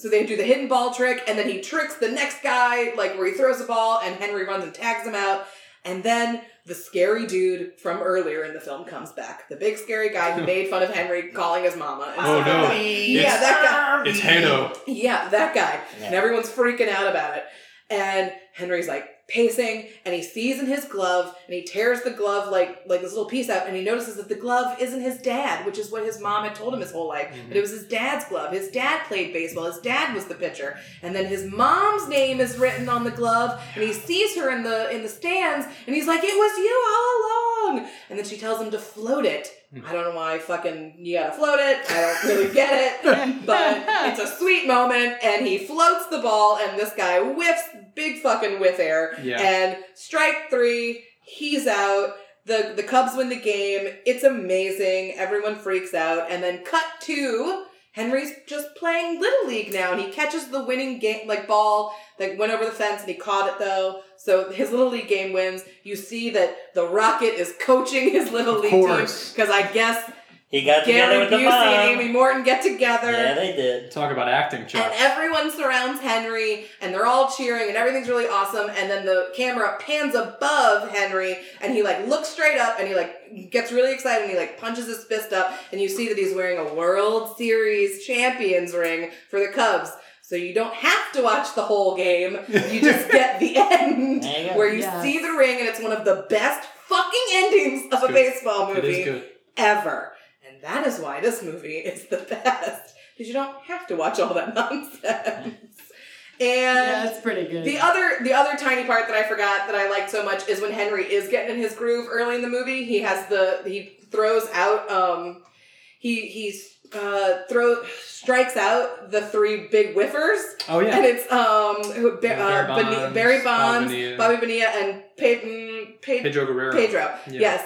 Speaker 2: so they do the hidden ball trick, and then he tricks the next guy, like where he throws the ball, and Henry runs and tags him out, and then the scary dude from earlier in the film comes back, the big scary guy
Speaker 3: <laughs>
Speaker 2: who made fun of Henry calling his mama. And
Speaker 3: Oh,
Speaker 2: stuff
Speaker 3: no.
Speaker 2: like that. Yeah, that guy.
Speaker 3: It's Hano.
Speaker 2: <laughs> Yeah, that guy.
Speaker 4: Yeah.
Speaker 2: And everyone's freaking out about it. And Henry's like pacing and he sees in his glove and he tears the glove like like this little piece out and he notices that the glove isn't his dad, which is what his mom had told him his whole life. But it was his dad's glove. His dad played baseball. His dad was the pitcher. And then his mom's name is written on the glove and he sees her in the in the stands and he's like, It was you all along. And then she tells him to float it. I don't know why fucking you gotta float it. I don't really get it <laughs> but it's a sweet moment and he floats the ball and this guy whiffs big fucking whiff air
Speaker 3: Yeah.
Speaker 2: and strike three he's out the the cubs win the game it's amazing everyone freaks out and then cut two henry's just playing little league now and he catches the winning game like ball that went over the fence and he caught it though so his little league game wins you see that the rocket is coaching his little
Speaker 3: Of
Speaker 2: league team
Speaker 3: course.
Speaker 2: because i guess
Speaker 4: He got together
Speaker 2: gary
Speaker 4: with the
Speaker 2: busey
Speaker 4: mom.
Speaker 2: and amy morton get together
Speaker 4: Yeah, they did.
Speaker 3: Talk about acting, Chuck.
Speaker 2: and everyone surrounds Henry, and they're all cheering, and everything's really awesome. And then the camera pans above Henry, and he like looks straight up, and he like gets really excited, and he like punches his fist up, and you see that he's wearing a World Series champions ring for the Cubs. So you don't have to watch the whole game; you just get the end
Speaker 4: There you go.
Speaker 2: where you
Speaker 5: Yes.
Speaker 2: see the ring, and it's one of the best fucking endings of a
Speaker 3: good.
Speaker 2: baseball
Speaker 3: It
Speaker 2: movie
Speaker 3: is good.
Speaker 2: ever. And that is why this movie is the best. Because you don't have to watch all that nonsense. And
Speaker 5: yeah, it's pretty good.
Speaker 2: the other the other tiny part that I forgot that I liked so much is when Henry is getting in his groove early in the movie. He has the he throws out um he he's uh throw strikes out the three big whiffers
Speaker 3: Oh yeah.
Speaker 2: and it's um who, Ba-
Speaker 3: Yeah,
Speaker 2: uh,
Speaker 3: Barry
Speaker 2: Bene-
Speaker 3: Bonds,
Speaker 2: Barry
Speaker 3: Bob
Speaker 2: Bonds,
Speaker 3: Bonilla.
Speaker 2: Bobby Bonilla, and Peyton, Peyton
Speaker 3: Pedro Guerrero.
Speaker 2: Pedro.
Speaker 3: Yeah.
Speaker 2: Yes.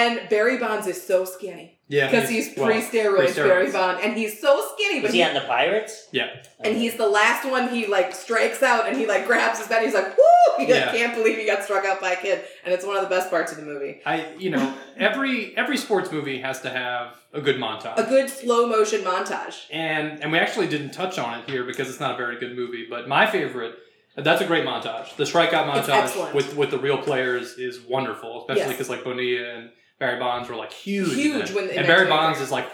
Speaker 2: And Barry Bonds is so skinny
Speaker 3: Yeah.
Speaker 2: because he's
Speaker 3: well,
Speaker 2: pre-steroids, Barry
Speaker 3: pre-steroids.
Speaker 2: Bonds, and he's so skinny. But
Speaker 4: Was
Speaker 2: he,
Speaker 4: he on the Pirates?
Speaker 3: Yeah.
Speaker 2: and he's the last one he like strikes out, and he like grabs his bat. And he's like, "Woo!" <laughs> He like,
Speaker 3: Yeah.
Speaker 2: can't believe he got struck out by a kid, and it's one of the best parts of the movie.
Speaker 3: I you know every every sports movie has to have a good montage.
Speaker 2: A good slow motion montage.
Speaker 3: and and we actually didn't touch on it here because it's not a very good movie. But my favorite, that's a great montage. The strikeout
Speaker 2: It's
Speaker 3: montage
Speaker 2: excellent.
Speaker 3: with with the real players is wonderful, especially
Speaker 2: Yes.
Speaker 3: because like Bonilla and Barry Bonds were like huge.
Speaker 2: Huge
Speaker 3: then.
Speaker 2: when they
Speaker 3: and Barry
Speaker 2: mentioned
Speaker 3: Bonds
Speaker 2: it.
Speaker 3: is like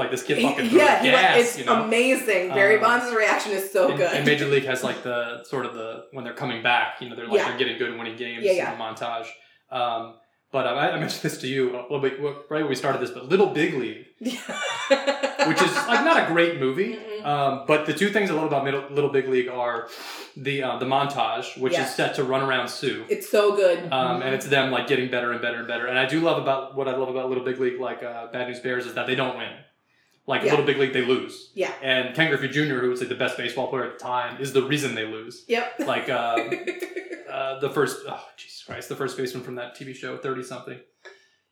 Speaker 3: like this kid
Speaker 2: He-
Speaker 3: fucking throws
Speaker 2: <laughs> yeah, he, like,
Speaker 3: gas,
Speaker 2: it's
Speaker 3: you know.
Speaker 2: amazing. Barry
Speaker 3: Um,
Speaker 2: Bonds' reaction is so
Speaker 3: and,
Speaker 2: good.
Speaker 3: and Major League has like the sort of the when they're coming back, you know, they're like
Speaker 2: Yeah.
Speaker 3: they're getting good and winning games
Speaker 2: Yeah, yeah.
Speaker 3: in the montage. Um, but um, I, I mentioned this to you a little bit right when we started this, but Little Big League, which is like not a
Speaker 2: <laughs>
Speaker 3: great movie,
Speaker 2: Mhm.
Speaker 3: um, but the two things I love about Middle, Little Big League are the uh, the montage, which
Speaker 2: Yeah.
Speaker 3: is set to Run Around Sue.
Speaker 2: <laughs> it's so good.
Speaker 3: Um, and it's them like getting better and better and better. And I do love about what I love about Little Big League, like uh, Bad News Bears, is that they don't win. Like
Speaker 2: Yeah.
Speaker 3: Little Big League, they lose.
Speaker 2: Yeah.
Speaker 3: And Ken Griffey Jr., who was like the best baseball player at the time, is the reason they lose.
Speaker 2: yep.
Speaker 3: Like
Speaker 2: <laughs>
Speaker 3: um, uh, the first, oh Jesus Christ, the first baseman from that TV show, thirty something.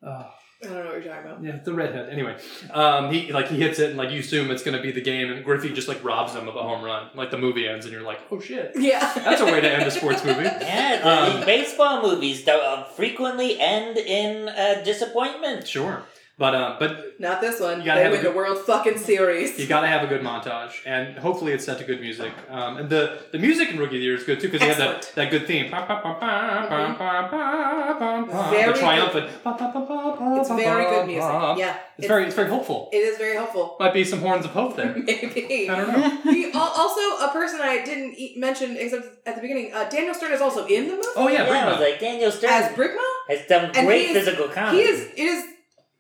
Speaker 3: Oh,
Speaker 2: I don't know what you're talking about.
Speaker 3: yeah, the redhead. Anyway, um, he like he hits it, and like you assume it's gonna be the game, and Griffey just like robs him of a home run. Like the movie ends, and you're like, oh shit,
Speaker 2: Yeah.
Speaker 3: that's a way to end a sports movie. <laughs>
Speaker 4: Yeah, the
Speaker 3: Um,
Speaker 4: baseball movies do uh, frequently end in uh, disappointment.
Speaker 3: Sure, but um, but
Speaker 2: <laughs> Not this one.
Speaker 3: You gotta
Speaker 2: They
Speaker 3: have a
Speaker 2: win the
Speaker 3: good-
Speaker 2: World fucking series.
Speaker 3: You gotta have a good montage, and hopefully it's set to good music. Um, and the, the music in Rookie of the Year is good too because they have that,
Speaker 2: Excellent. Mm-hmm.
Speaker 3: that good theme. Ba, ba, ba, ba, ba, ba, ba, ba, ba.
Speaker 2: Very
Speaker 3: the triumphant. Ba, ba, ba, ba, ba,
Speaker 2: It's
Speaker 3: ba,
Speaker 2: very
Speaker 3: ba,
Speaker 2: good music.
Speaker 3: ba.
Speaker 2: Yeah.
Speaker 3: It's, very it's very hopeful.
Speaker 2: It is very helpful. <laughs>
Speaker 3: Might be some horns of hope there. I
Speaker 2: Maybe.
Speaker 3: don't know.
Speaker 2: He, al- also, a person I didn't e- mention except at the beginning, uh, Daniel Stern is also in the movie
Speaker 3: Oh yeah,
Speaker 4: I
Speaker 3: yeah
Speaker 4: was like, Daniel Stern
Speaker 2: as Brickmo.
Speaker 4: has done
Speaker 2: and
Speaker 4: great
Speaker 2: he is-
Speaker 4: physical comedy.
Speaker 2: He is. It is.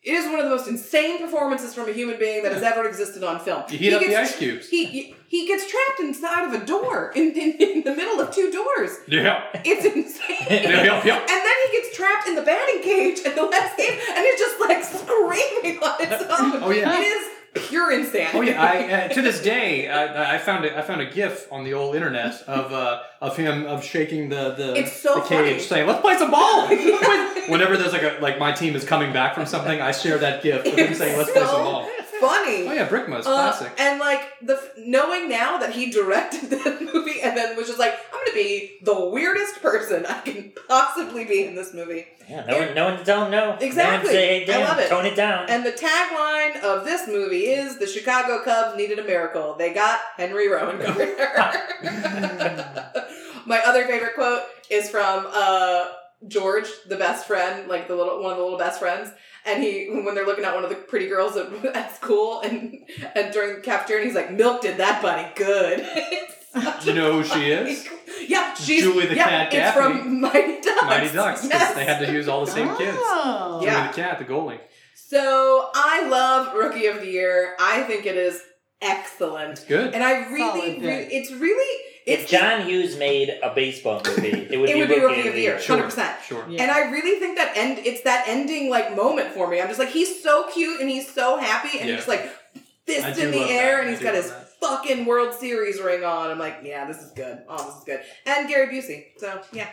Speaker 2: It is one of the most insane performances from a human being that has ever existed on film.
Speaker 3: You heat up the
Speaker 2: gets-
Speaker 3: ice cubes.
Speaker 2: He he gets trapped inside of a door in, in, in the middle of two doors.
Speaker 3: Yeah.
Speaker 2: It's
Speaker 3: <laughs>
Speaker 2: insane.
Speaker 3: Yeah, yeah, yeah.
Speaker 2: And then he gets trapped in the batting cage at the last game, and it's just like screaming on its own.
Speaker 3: Oh, yeah.
Speaker 2: It is pure pure insanity.
Speaker 3: Oh yeah, I, uh, to this day, I, I found a, I found a GIF on the old internet of uh, of him of shaking the the,
Speaker 2: It's so
Speaker 3: the cage,
Speaker 2: funny.
Speaker 3: saying "Let's play some ball." <laughs> Let's play- Whenever there's like a like my team is coming back from something, I share that GIF of him
Speaker 2: <laughs> It's
Speaker 3: saying "Let's play
Speaker 2: so
Speaker 3: some ball."
Speaker 2: funny.
Speaker 3: Oh yeah, Brickma is
Speaker 2: Uh,
Speaker 3: classic.
Speaker 2: and like the f- knowing now that he directed <laughs> that movie and then was just like, I'm gonna be the weirdest person I can possibly be in this movie.
Speaker 4: Yeah, no, one, no one to tell him no. No one
Speaker 2: Exactly.
Speaker 4: to say, hey,
Speaker 2: I
Speaker 4: damn,
Speaker 2: love it.
Speaker 4: tone it down.
Speaker 2: And the tagline of this movie is the Chicago Cubs needed a miracle. They got Henry Rowan Gardner. <laughs> My other favorite quote is from uh, George, the best friend, like the little one of the little best friends. And he, when they're looking at one of the pretty girls at, <laughs> at school, and and during the cafeteria, he's like, "Milk did that bunny
Speaker 3: <laughs>
Speaker 2: good." It's such
Speaker 3: you
Speaker 2: a
Speaker 3: know who she
Speaker 2: funny-
Speaker 3: is?
Speaker 2: <laughs> Yeah, she's
Speaker 3: Julie the
Speaker 2: yeah,
Speaker 3: Cat
Speaker 2: It's
Speaker 3: Gaffney.
Speaker 2: from Mighty Ducks.
Speaker 3: Mighty Ducks. 'cause
Speaker 2: Yes.
Speaker 3: They had to use all the same kids.
Speaker 5: Oh.
Speaker 3: Jimmy
Speaker 2: Yeah.
Speaker 3: the cat, the goalie.
Speaker 2: So I love Rookie of the Year. I think it is excellent,
Speaker 3: It's good.
Speaker 2: and I really,
Speaker 5: Solid pick.
Speaker 2: really it's really,
Speaker 4: if
Speaker 2: it's
Speaker 4: John Hughes made a baseball movie, it would,
Speaker 2: <laughs> it
Speaker 4: be,
Speaker 2: would be
Speaker 4: Rookie
Speaker 2: Rookie of the Year,
Speaker 3: Sure.
Speaker 2: hundred percent.
Speaker 3: Sure.
Speaker 5: Yeah.
Speaker 2: And I really think that end it's that ending like moment for me. I'm just like he's so cute and he's so happy and
Speaker 3: Yeah.
Speaker 2: he's just like
Speaker 3: I
Speaker 2: fist
Speaker 3: do
Speaker 2: in the
Speaker 3: love
Speaker 2: air
Speaker 3: that.
Speaker 2: and
Speaker 3: I
Speaker 2: he's
Speaker 3: do
Speaker 2: got
Speaker 3: love
Speaker 2: his
Speaker 3: that.
Speaker 2: fucking World Series ring on. I'm like, yeah, this is good. Oh, this is good. And Gary Busey. So yeah,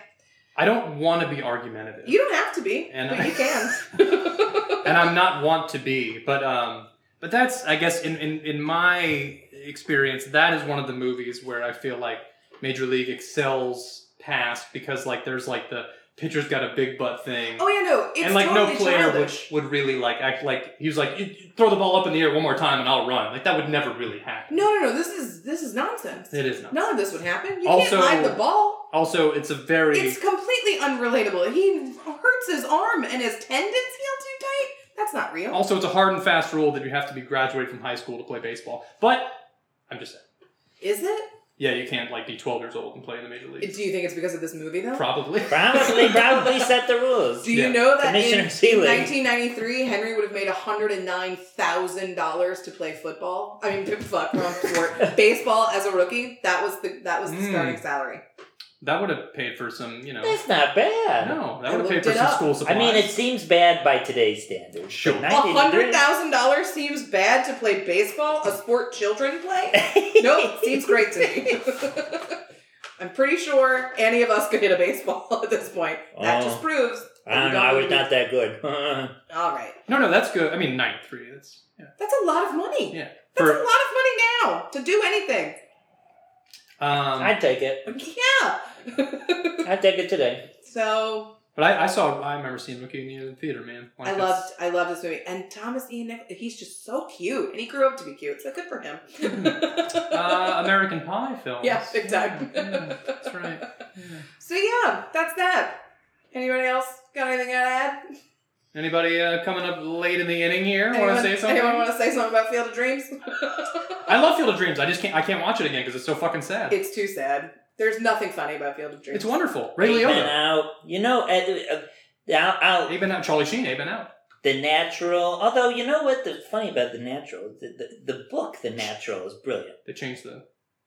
Speaker 3: I don't want to be argumentative,
Speaker 2: you don't have to be,
Speaker 3: And
Speaker 2: but
Speaker 3: I-
Speaker 2: you can.
Speaker 3: <laughs> and I'm not want to be, but um, but that's I guess in, in in my experience, that is one of the movies where I feel like Major League excels past because like there's like the pitcher's got a big butt thing.
Speaker 2: Oh yeah, no, it's
Speaker 3: and like
Speaker 2: totally
Speaker 3: no player would,
Speaker 2: childish.
Speaker 3: would really like act like he was like "You- you throw the ball up in the air one more time and I'll run like that would never really happen.
Speaker 2: No, no, no. This is this is nonsense.
Speaker 3: It is not.
Speaker 2: None of this would happen. You
Speaker 3: Also-
Speaker 2: can't hide the ball.
Speaker 3: Also, it's a very
Speaker 2: It's completely unrelatable. He hurts his arm and his tendons heal too tight. That's not real.
Speaker 3: Also, it's a hard and fast rule that you have to be graduated from high school to play baseball. But I'm just saying,
Speaker 2: Is it?
Speaker 3: yeah, you can't like be 12 years old and play in the major
Speaker 2: Do
Speaker 3: leagues.
Speaker 2: you think it's because of this movie though? <laughs>
Speaker 3: Probably.
Speaker 4: Probably, probably set the rules.
Speaker 2: Do you
Speaker 3: Yeah.
Speaker 2: know that in,
Speaker 4: Commissioner
Speaker 2: in
Speaker 4: Seeley.
Speaker 2: 1993, Henry would have made $109,000 to play football? I mean, <laughs> to- fuck, wrong sport.
Speaker 3: <laughs>
Speaker 2: Baseball as a rookie, that was the that was the
Speaker 3: Mm.
Speaker 2: starting salary.
Speaker 3: That would have paid for some, you know.
Speaker 4: That's not bad.
Speaker 3: No,
Speaker 2: I
Speaker 3: that would have
Speaker 2: looked
Speaker 3: paid for
Speaker 2: it
Speaker 3: some
Speaker 2: up.
Speaker 3: school supplies.
Speaker 4: I mean, it seems bad by today's standards. but
Speaker 3: Sure.
Speaker 4: $100,000?
Speaker 2: $100,000 seems bad to play baseball, a sport children play?
Speaker 3: <laughs>
Speaker 2: nope, seems great to me. <laughs> I'm pretty sure any of us could hit a baseball <laughs> at this point. That
Speaker 4: Oh.
Speaker 2: just proves.
Speaker 4: I don't know. I was not that good. <laughs>
Speaker 2: All right.
Speaker 3: no, no, that's good. I mean, 93. That's yeah.
Speaker 2: That's a lot of money.
Speaker 3: Yeah.
Speaker 2: That's a lot of
Speaker 3: For,
Speaker 2: money now to do anything. <laughs>
Speaker 3: um,
Speaker 4: I'd take it.
Speaker 2: Um, Yeah.
Speaker 4: I'd take it today.
Speaker 2: So
Speaker 3: but I, I saw. I remember seeing Rookie in the theater, man. Like,
Speaker 2: I
Speaker 3: that's-
Speaker 2: loved I loved this movie. And Thomas Ian Nichol, he's just so cute. And he grew up to be cute, so good for
Speaker 3: <laughs>
Speaker 2: him. <laughs>
Speaker 3: uh, American Pie films.
Speaker 2: Yeah, big time.
Speaker 3: Yeah, yeah, that's right. Yeah.
Speaker 2: so yeah, that's that. Anybody else got anything to add?
Speaker 3: Anybody uh, coming up late in the inning here? Want to
Speaker 2: Anyone-
Speaker 3: say something?
Speaker 2: Anyone want to say something about Field of Dreams?
Speaker 3: I love Field of Dreams. I just can't. I can't watch it again because it's so fucking sad.
Speaker 2: it's too sad. There's nothing funny about Field of Dreams.
Speaker 3: It's wonderful. Ray
Speaker 4: Abe and
Speaker 3: Liotta.
Speaker 4: out. You know, uh, uh, out, out,
Speaker 3: Aben out. Charlie Sheen. Aben out.
Speaker 4: the natural. Although you know what? The funny about the natural, the, the, the book, the natural, is brilliant.
Speaker 3: They changed the.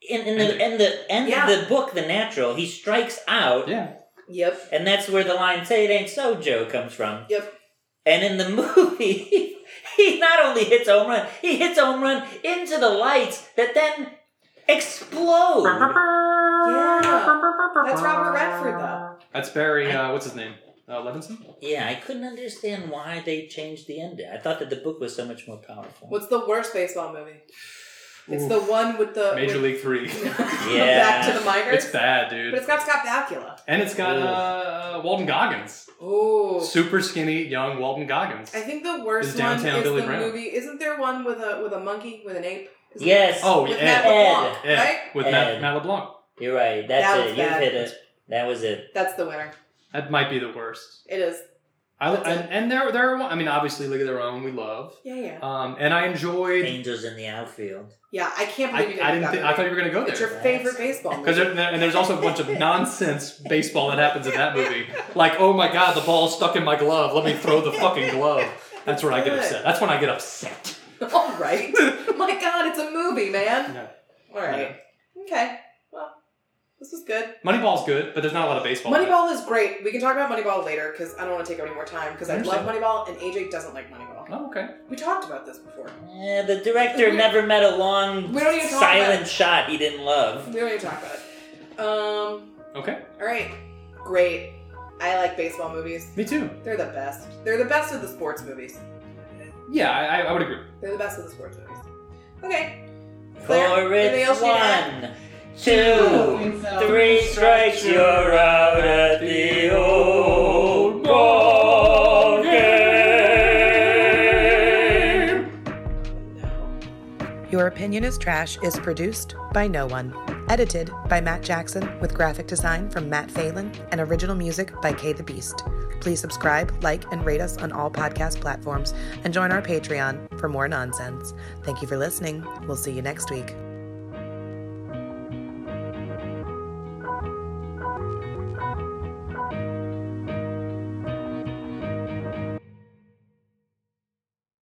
Speaker 4: In, in the in the end
Speaker 2: Yeah.
Speaker 4: of the book, the natural, he strikes out,
Speaker 3: Yeah.
Speaker 2: Yep.
Speaker 4: and that's where the line "Say it ain't so, Joe" comes from.
Speaker 2: Yep.
Speaker 4: And in the <laughs> movie, he not only hits home run, he hits home run into the lights that then explode.
Speaker 2: Yeah. That's Robert Redford, though.
Speaker 3: That's Barry. Uh, what's his name? Uh, Levinson.
Speaker 4: Yeah, I couldn't understand why they changed the ending. I thought that the book was so much more powerful.
Speaker 2: What's the worst baseball movie? It's
Speaker 3: Oof.
Speaker 2: the one with the
Speaker 3: Major
Speaker 2: with-
Speaker 3: League Three.
Speaker 2: <laughs> Back to
Speaker 4: Yeah.
Speaker 2: the minors.
Speaker 3: it's bad, dude.
Speaker 2: But it's got Scott Bakula.
Speaker 3: and it's got
Speaker 4: Ooh.
Speaker 3: uh, uh, Walton Goggins.
Speaker 2: Oh.
Speaker 3: Super skinny young Walton Goggins.
Speaker 2: I think the worst
Speaker 3: Is
Speaker 2: one
Speaker 3: Downtown
Speaker 2: is
Speaker 3: Billy
Speaker 2: the
Speaker 3: Brown.
Speaker 2: movie. Isn't there one with a with a monkey with an ape? Isn't
Speaker 4: Yes.
Speaker 3: Oh,
Speaker 2: there- with
Speaker 3: Ed.
Speaker 2: Matt LeBlanc,
Speaker 3: Ed,
Speaker 2: right?
Speaker 3: with
Speaker 4: Ed.
Speaker 3: Matt, Matt LeBlanc.
Speaker 4: You're right.
Speaker 2: That
Speaker 4: That's
Speaker 2: was
Speaker 4: it.
Speaker 2: bad.
Speaker 4: You've hit it. That was it.
Speaker 2: That's the winner.
Speaker 3: That might be the worst.
Speaker 2: It is.
Speaker 3: I,
Speaker 2: That's
Speaker 3: and, and there, there are. one- I mean, obviously, League of Their Own, we love.
Speaker 2: Yeah, yeah,
Speaker 3: Um, and I enjoyed.
Speaker 4: Angels in the outfield.
Speaker 2: yeah. I can't
Speaker 3: I,
Speaker 2: believe
Speaker 3: I
Speaker 2: you didn't.
Speaker 3: didn't.
Speaker 2: get
Speaker 3: Think,
Speaker 2: that
Speaker 3: I thought
Speaker 2: movie.
Speaker 3: you were gonna go there.
Speaker 2: it's your
Speaker 4: there.
Speaker 2: favorite baseball
Speaker 3: <laughs>
Speaker 2: movie.
Speaker 3: Because there, there- and there's also a bunch
Speaker 2: <laughs>
Speaker 3: of nonsense baseball that happens in that movie. Like, oh my god, the ball's stuck in my glove. Let me throw the fucking glove. That's where I get upset. That's when I get upset.
Speaker 2: <laughs> All right. My God, it's a movie, man.
Speaker 3: No.
Speaker 2: All right. Okay. Well, This is good.
Speaker 3: Moneyball's good, but there's not a lot of baseball. in it.
Speaker 2: Moneyball is great. We can talk about Moneyball later because I don't want to take up any more time because I love
Speaker 3: Understand.
Speaker 2: Moneyball and AJ doesn't like Moneyball.
Speaker 3: Oh, okay.
Speaker 2: We talked about this before.
Speaker 4: Eh, the director
Speaker 2: We-
Speaker 4: never met a
Speaker 2: <laughs>
Speaker 4: long,
Speaker 2: We don't even talk about
Speaker 4: silent
Speaker 2: it.
Speaker 4: shot he didn't love.
Speaker 2: We don't need to talk about it. Um,
Speaker 3: Okay.
Speaker 2: all right. Great. I like baseball movies.
Speaker 3: Me too.
Speaker 2: They're the best. They're the best of the sports movies.
Speaker 3: Yeah, I, I- I would agree.
Speaker 2: They're the best of the sports movies. Okay. Claire,
Speaker 4: For
Speaker 2: anything
Speaker 4: it's
Speaker 2: else you need to add?
Speaker 4: one, two, three strikes, you're out at the old ball game.
Speaker 6: Your Opinion is Trash is produced by no one. Edited by Matt Jackson with graphic design from Matt Phelan and original music by Kay the Beast. Please subscribe, like, and rate us on all podcast platforms and join our Patreon for more nonsense. Thank you for listening. We'll see you next week.